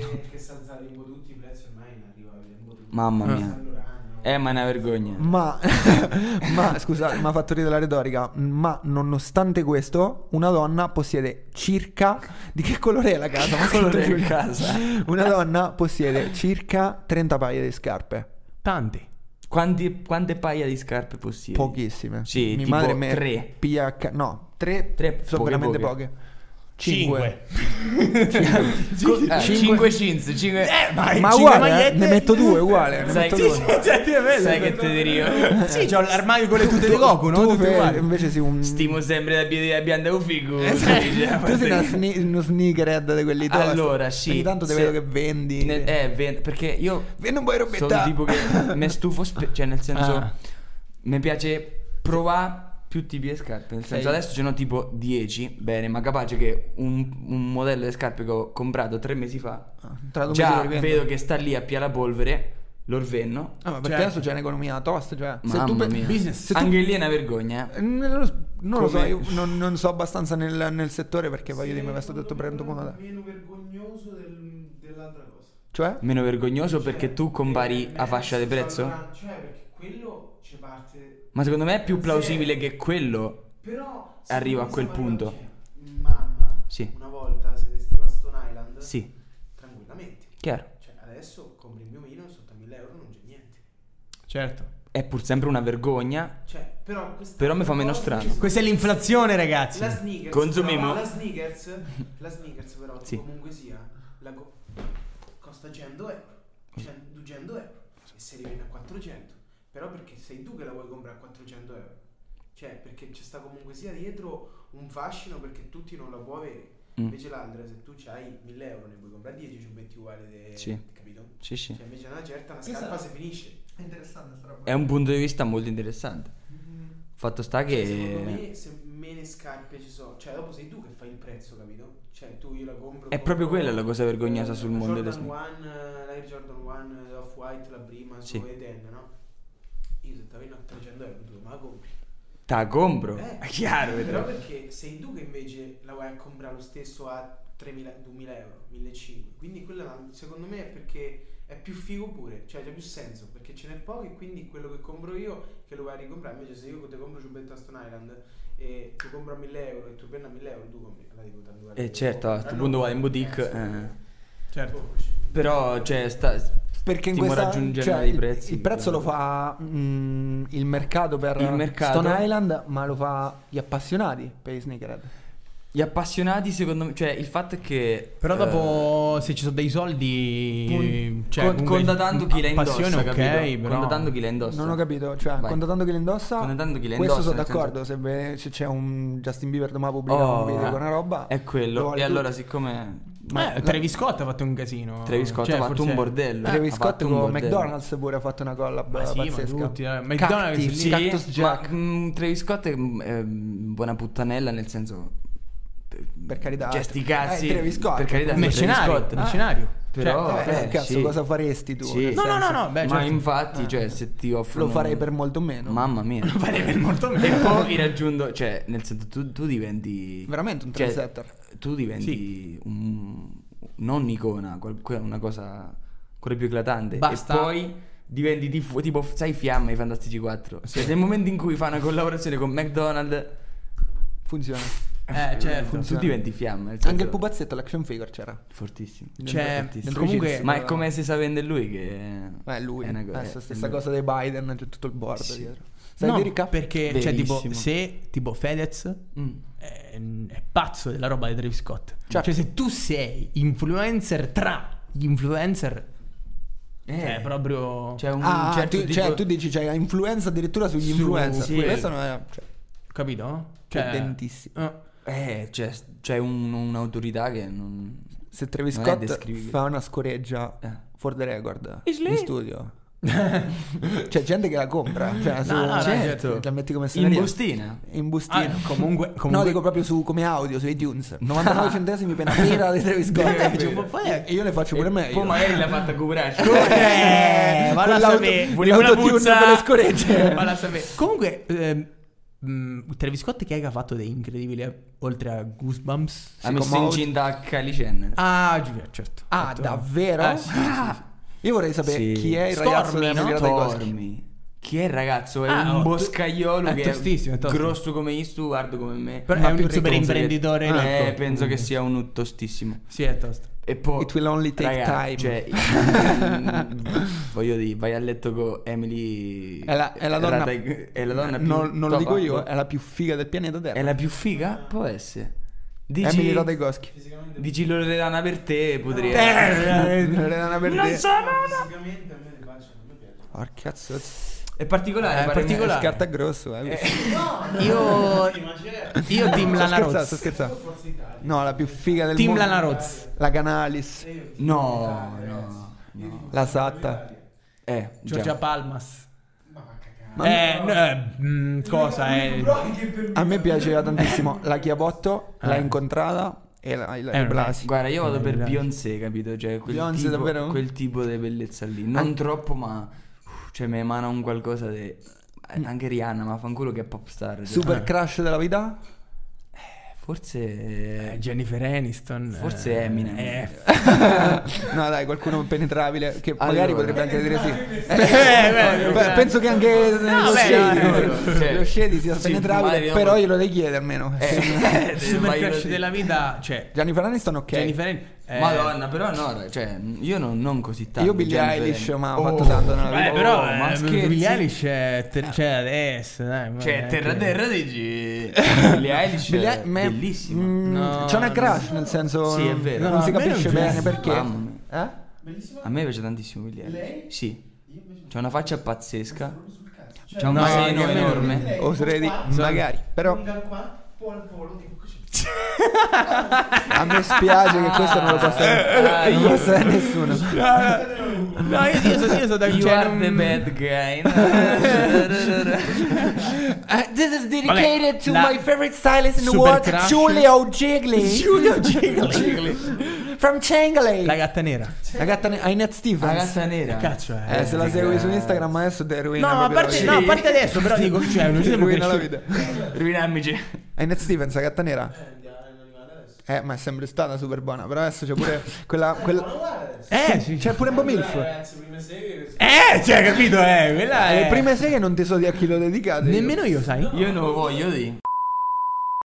eh, che Sanzari in tutti i prezzi ormai non arriva a Limbo tutti.
Mamma
Eh.
mia. Eh, ma è una vergogna.
Ma, ma scusate, mi ha fatto ridere la retorica. Ma nonostante questo, una donna possiede circa. Di che colore è la casa? Ma
colore è
scritto giù.
casa?
Una donna possiede circa 30 paia di scarpe.
Tanti.
Quanti- quante paia di scarpe possibili?
Pochissime.
Sì,
Mia
tipo
madre me-
tre.
PH, no, tre,
Tre,
sono
poche,
veramente
poche.
poche.
Cinque.
Co- eh, cinque jeans, cinque...
Vai,
Ma
cinque
uguale, eh,
magliette.
ne metto due uguale. Ne
Sai,
metto
Sì,
due.
sì, cioè, ti è bello.
sai che te dico?
Sì, c'ho l'armadio con le tute di Goku, no?
Tu
Tutte
fe-
uguali. Esatto.
invece sì, un...
Stimo sempre da piedi da pianta un figo.
Tu sei una sne- uno sneakerhead di quelli tosti.
Allora, sì.
Ogni tanto te
se-
vedo che vendi.
Ne- eh, ven- perché io
Vendi un po' di robetta.
sono tipo che mi stufo, spe- cioè nel senso
Ah.
mi piace provare più tipi di scarpe, nel senso
Sei-
adesso ce n'ho tipo 10, bene, ma capace che un, un modello di scarpe che ho comprato tre mesi fa,
Ah,
Tra due
già
mesi lo rivendo.
vedo che sta lì a pia la polvere, lo rivenno.
Ah, ma perché
Cioè-
adesso c'è un'economia tosta, cioè...
Mamma
tu pe-
mia.
business, se tu-
Anche lì è una vergogna. eh.
Eh, Non lo, non lo so,
Come-
io non, non so abbastanza nel, nel settore perché voglio dire, mi vesto tutto brand comoda.
Meno vergognoso del- dell'altra cosa.
Cioè?
Meno vergognoso perché
Cioè,
tu compari
Hermes,
a fascia di prezzo.
Saint Laurent, Cioè, perché quello ci parte.
Ma secondo me è più
Sì.
plausibile che quello.
Però.
Arriva a quel punto.
Cioè, mamma,
Sì.
una volta si vestiva a Stone Island.
Sì,
Tranquillamente.
chiaro.
Cioè, adesso compri il mio Milan sotto a 1000 euro non c'è niente.
Certo.
È pur sempre una vergogna.
Cioè, però questa
Però mi fa meno
cosa
strano.
che ci-
Questa è l'inflazione, ragazzi.
La sneakers,
Consumiamo.
però, la sneakers, la sneakers però
Sì.
comunque sia, la go- costa 100 euro, 100 200 euro e se rivende a 400, però perché sei tu che la vuoi comprare a 400 euro, cioè perché ci sta comunque sia dietro un fascino perché tutti non la può avere,
Mm.
invece l'altra se tu hai 1000 euro ne puoi comprare 10, c'è 20 uguali, de-
Sì.
capito?
Sì, sì.
Cioè invece una certa, una
Questa-
scarpa si finisce.
È interessante sta roba.
È un punto di vista molto interessante. Fatto sta
Cioè, secondo
che eh,
me se meno scarpe ci sono, cioè dopo sei tu che fai il prezzo, capito? Cioè tu io la compro.
è proprio quella la cosa vergognosa sul mondo
delle
delle
Jordan
sneaker.
One, eh, l'Air Jordan One eh, Off White, la prima
Sì.
su Eden, no? Io se t'avendo a 300 euro tu ma la compri.
Te la compro.
Eh,
Esatto. È chiaro,
Però
vedo.
perché sei tu che invece la vai a comprare lo stesso a 3000, 2000 euro, 1500. Quindi quella secondo me è perché è più figo pure, cioè c'è più senso, perché ce n'è poco e quindi quello che compro io che lo vai a ricomprare. Invece se io te compro Giubbetta Stone Island e tu compri a 1000 euro e tu prendi a 1000 euro, tu compri la dico tanto guarda,
Eh,
io
certo,
compro.
a sto
Ah, no,
punto vai in
eh,
boutique,
sì.
eh.
Certo.
Però, cioè, sta.
Perché in
Stiamo
questa,
raggiungendo
cioè,
dei
il-
prezzi.
Il prezzo lo fa mm, il mercato per
Il mercato.
Stone Island, ma lo fa gli appassionati per i sneakerhead.
Gli appassionati, secondo me. Cioè, il fatto è che.
Però
eh,
dopo, se ci sono dei soldi,
con-
cioè,
con-
comunque,
conta tanto chi la indossa.
passione, ok,
capito?
però.
Conta tanto chi la indossa.
Non ho capito, cioè,
Vai.
contatando che le indossa,
Contatando chi le
questo
indossa,
sono
nel
d'accordo. Se, ve- se c'è un Justin Bieber domani pubblica
Oh,
un video con una roba,
È
lo
quello.
vuole
E
tutto.
allora, siccome.
Ma eh, Travis Scott ha fatto un casino.
Travis Scott
Cioè,
ha fatto
forse-
un bordello.
Travis
Ha
Scott
fatto un
con
bordello.
McDonald's pure ha fatto una collab
Ma sì, ma
pazzesca. Cioè,
tutti, eh,
Cacti,
McDonald's,
Sì,
Cactus Jack.
Ma, mm, Travis Scott è mm, è, mm, buona puttanella nel senso.
Per carità.
Cioè, sti cazzi.
Eh, Travis Scott. Ah,
Per carità,
Un
mercenario,
Travis Scott. Ah.
mercenario.
Però,
Cioè,
Vabbè,
eh,
cazzo,
sì.
cosa faresti tu?
Sì.
Nel
No, no, no,
senso,
no, beh,
Ma
certo.
infatti, cioè, se ti offrono.
Eh. Lo farei per molto meno.
Mamma mia.
Lo Cioè, farebbe molto
e
meglio.
poi raggiunto. Cioè, nel senso, tu, tu diventi.
Veramente un
cioè,
trendsetter.
tu diventi un. Non un'icona, qualche- una cosa ancora più eclatante.
Basta.
E poi diventi di fu- tipo, sai, fiamma i Fantastici 4. Cioè, nel momento in cui fa una collaborazione con McDonald's.
Funziona.
Eh, certo.
Tu diventi fiamma. nel
Anche
senso-
il pupazzetto, l'action figure c'era.
Fortissimo.
Cioè,
Fortissimo.
comunque-
Ma è come se sapendo lui che.
Eh, lui.
È una co-
Adesso
è-
stessa
è lui.
cosa dei Biden, c'è tutto il board
Sì.
dietro. Sai
No,
di Ricca?
perché, cioè,
Verissimo.
tipo, se tipo Fedez
Mm.
è, è pazzo della roba di Travis Scott.
Certo.
Cioè, se tu sei influencer tra gli influencer,
Eh,
cioè, proprio. cioè,
C'è un
Ah,
certo
tu,
tipo...
cioè, tu dici c'è influenza addirittura sugli
Su-
influencer.
sì.
Questo non è. cioè,
capito?
Cioè, dentissimo.
eh,
Eh, c'è, c'è un- un'autorità che non...
Se Travis
Non è
Scott
descrivibile.
fa una scoreggia
Eh.
for the record in studio. C'è gente che la compra. Cioè, su,
No, no, no, certo.
La metti come
In
suoneria.
bustina.
In
Ah,
bustino.
comunque,
No,
comunque
dico proprio su come audio, su iTunes. 99 centesimi per una lira di Travis Scott.
Vabbè, cioè, ma poi è-
E io le faccio pure meglio.
Poi magari l'ha fatta curare.
Eh, valla a
Quell'auto-
sapere,
quell'autotune
volevo una puzza.
per le scoregge.
Valla a sapere. Comunque, ehm, mh, Travis Scott che è che ha fatto dei incredibili, eh, oltre a Goosebumps?
Ha messo in ginta Kylie Jenner.
Ah, Giulia, certo.
Ah,
Fatto-
davvero?
Ah, sì, sì,
Io vorrei sapere
Sì.
chi è il ragazzo
Stormy,
della
no?
Miriam Tchaikovsky.
Stormy. Chi è il ragazzo? È
Ah,
un
oh,
boscaiolo
è
che
tostissimo, è tosto.
grosso come Istu, guardo come me.
Però
Ma
è un
più ricco
super
non so
imprenditore Mm.
che- Eh,
ricco.
penso che sia uno tostissimo.
Sì, è tosto.
E poi
It will only take
raga,
time.
Cioè, voglio dire, vai a letto con Emily
È la, è la donna, Eh,
Rataj- è la donna più
non, non
top
lo dico
up.
io, eh. è la più figa del pianeta Terra.
È la più figa? Può essere. Dici
Emily Ratajkowski.
Fisicamente,
Dici Loredana per te, potrei
Eh!
eh,
Loredana Verde.
fisicamente a me le piacciono, a me piacciono.
Porca cazzo.
È particolare,
Eh,
pare-
particolare.
Scarta grosso, eh.
Io,
Sì, ma certo.
io Team
sto
Lana
scherzando, sto
Rhodes.
scherzando.
Forza Italia.
No, la più figa del
Team
mondo.
Lana Rhodes.
La Canalis,
No, no. no.
la Satta.
Eh, già.
Giorgia Palmas.
Ma va a cagare.
eh, no, eh, mh, cosa eh, è?
Bro, che per
A me piaceva tantissimo la Chiavotto, l'ha
Eh.
incontrata e la, e la-
Eh,
e Blasi.
Guarda, io vado per
Grazie.
Beyoncé, capito? Cioè, quel,
Beyoncé,
tipo,
davvero?
quel tipo di bellezza lì. Non troppo, ma. uff, Cioè, mi emana un qualcosa di. Anche Rihanna, ma fanculo che è pop star.
Mm. Super crush della vita?
Eh,
Forse.
Jennifer Aniston.
Forse
eh,
Eminem.
eh,
No, dai, qualcuno penetrabile che magari
Allora.
potrebbe anche dire sì.
eh, beh,
Eh,
beh.
penso che anche eh,
No,
lo,
beh,
scedi,
no,
no, no.
lo scedi sia
Sì,
penetrabile,
magari no.
però glielo devi chiedere almeno.
Eh, ma
Super
io
crush
sì.
della vita, cioè
Jennifer Aniston ok.
Jennifer Aniston. eh,
Madonna, però no, ra- cioè, io non, non così tanto.
Io Billie
Jennifer
Eilish,
Aniston.
ma ho fatto tanto nella vita.
Beh, però
Oh, ma
Oh. eh,
scherzi?
Billie Eilish è ter- cioè adesso, dai, ma-
Cioè,
eh,
terra
che-
terra dici. Billie Eilish
Billie-
è
me-
bellissima.
mm,
No,
c'è una
no.
crush, nel senso.
Sì, è
non-
vero.
Non,
No,
si
a me non
capisce
piace.
bene perché.
Mamma mia.
Eh?
Bellissima.
A me piace tantissimo Billie Eilish.
Lei?
Sì.
Io invece
C'ha una faccia pazzesca.
sul cazzo. Cioè,
C'ha un
No,
seno
nemmeno.
enorme.
lei
Oserei di.
qua,
Magari. Però
lunga qua, poi al volo, tipo così.
a me spiace che questo non lo
Eh,
possa. Non lo sa nessuno.
No, io, io sono io sono da
You
cioè,
are
non-
the bad guy. Eh,
this is
dedicated to la- my
favorite stylist
in the Super world, crush. Giulio
Gigli.
Giulio Gigli.
From Cengale.
La gatta nera.
La gatta ne- Inez Stevens.
Ragazza nera.
Cazzo, eh.
Eh, se la segui su Instagram adesso te
No,
rovina
ma a
proprio la
parte,
vita.
no, a parte adesso, però dico, cioè, non ci
Ti
siamo
rovina la
cresciuti.
vita.
Rovinammici.
Inez Stevens, la gatta nera.
Eh, andiamo, è arrivata adesso.
Eh, ma è sempre stata super buona. Però adesso c'è pure quella.
Ma
quella...
guarda adesso.
Eh, sì,
C'è pure un po'
Dai,
milf.
ragazzi, prima serie che-
Eh, cioè, capito, eh, quella è
Le prime seghe non ti so di a chi lo dedicate.
Nemmeno io, sai.
Io non lo voglio di.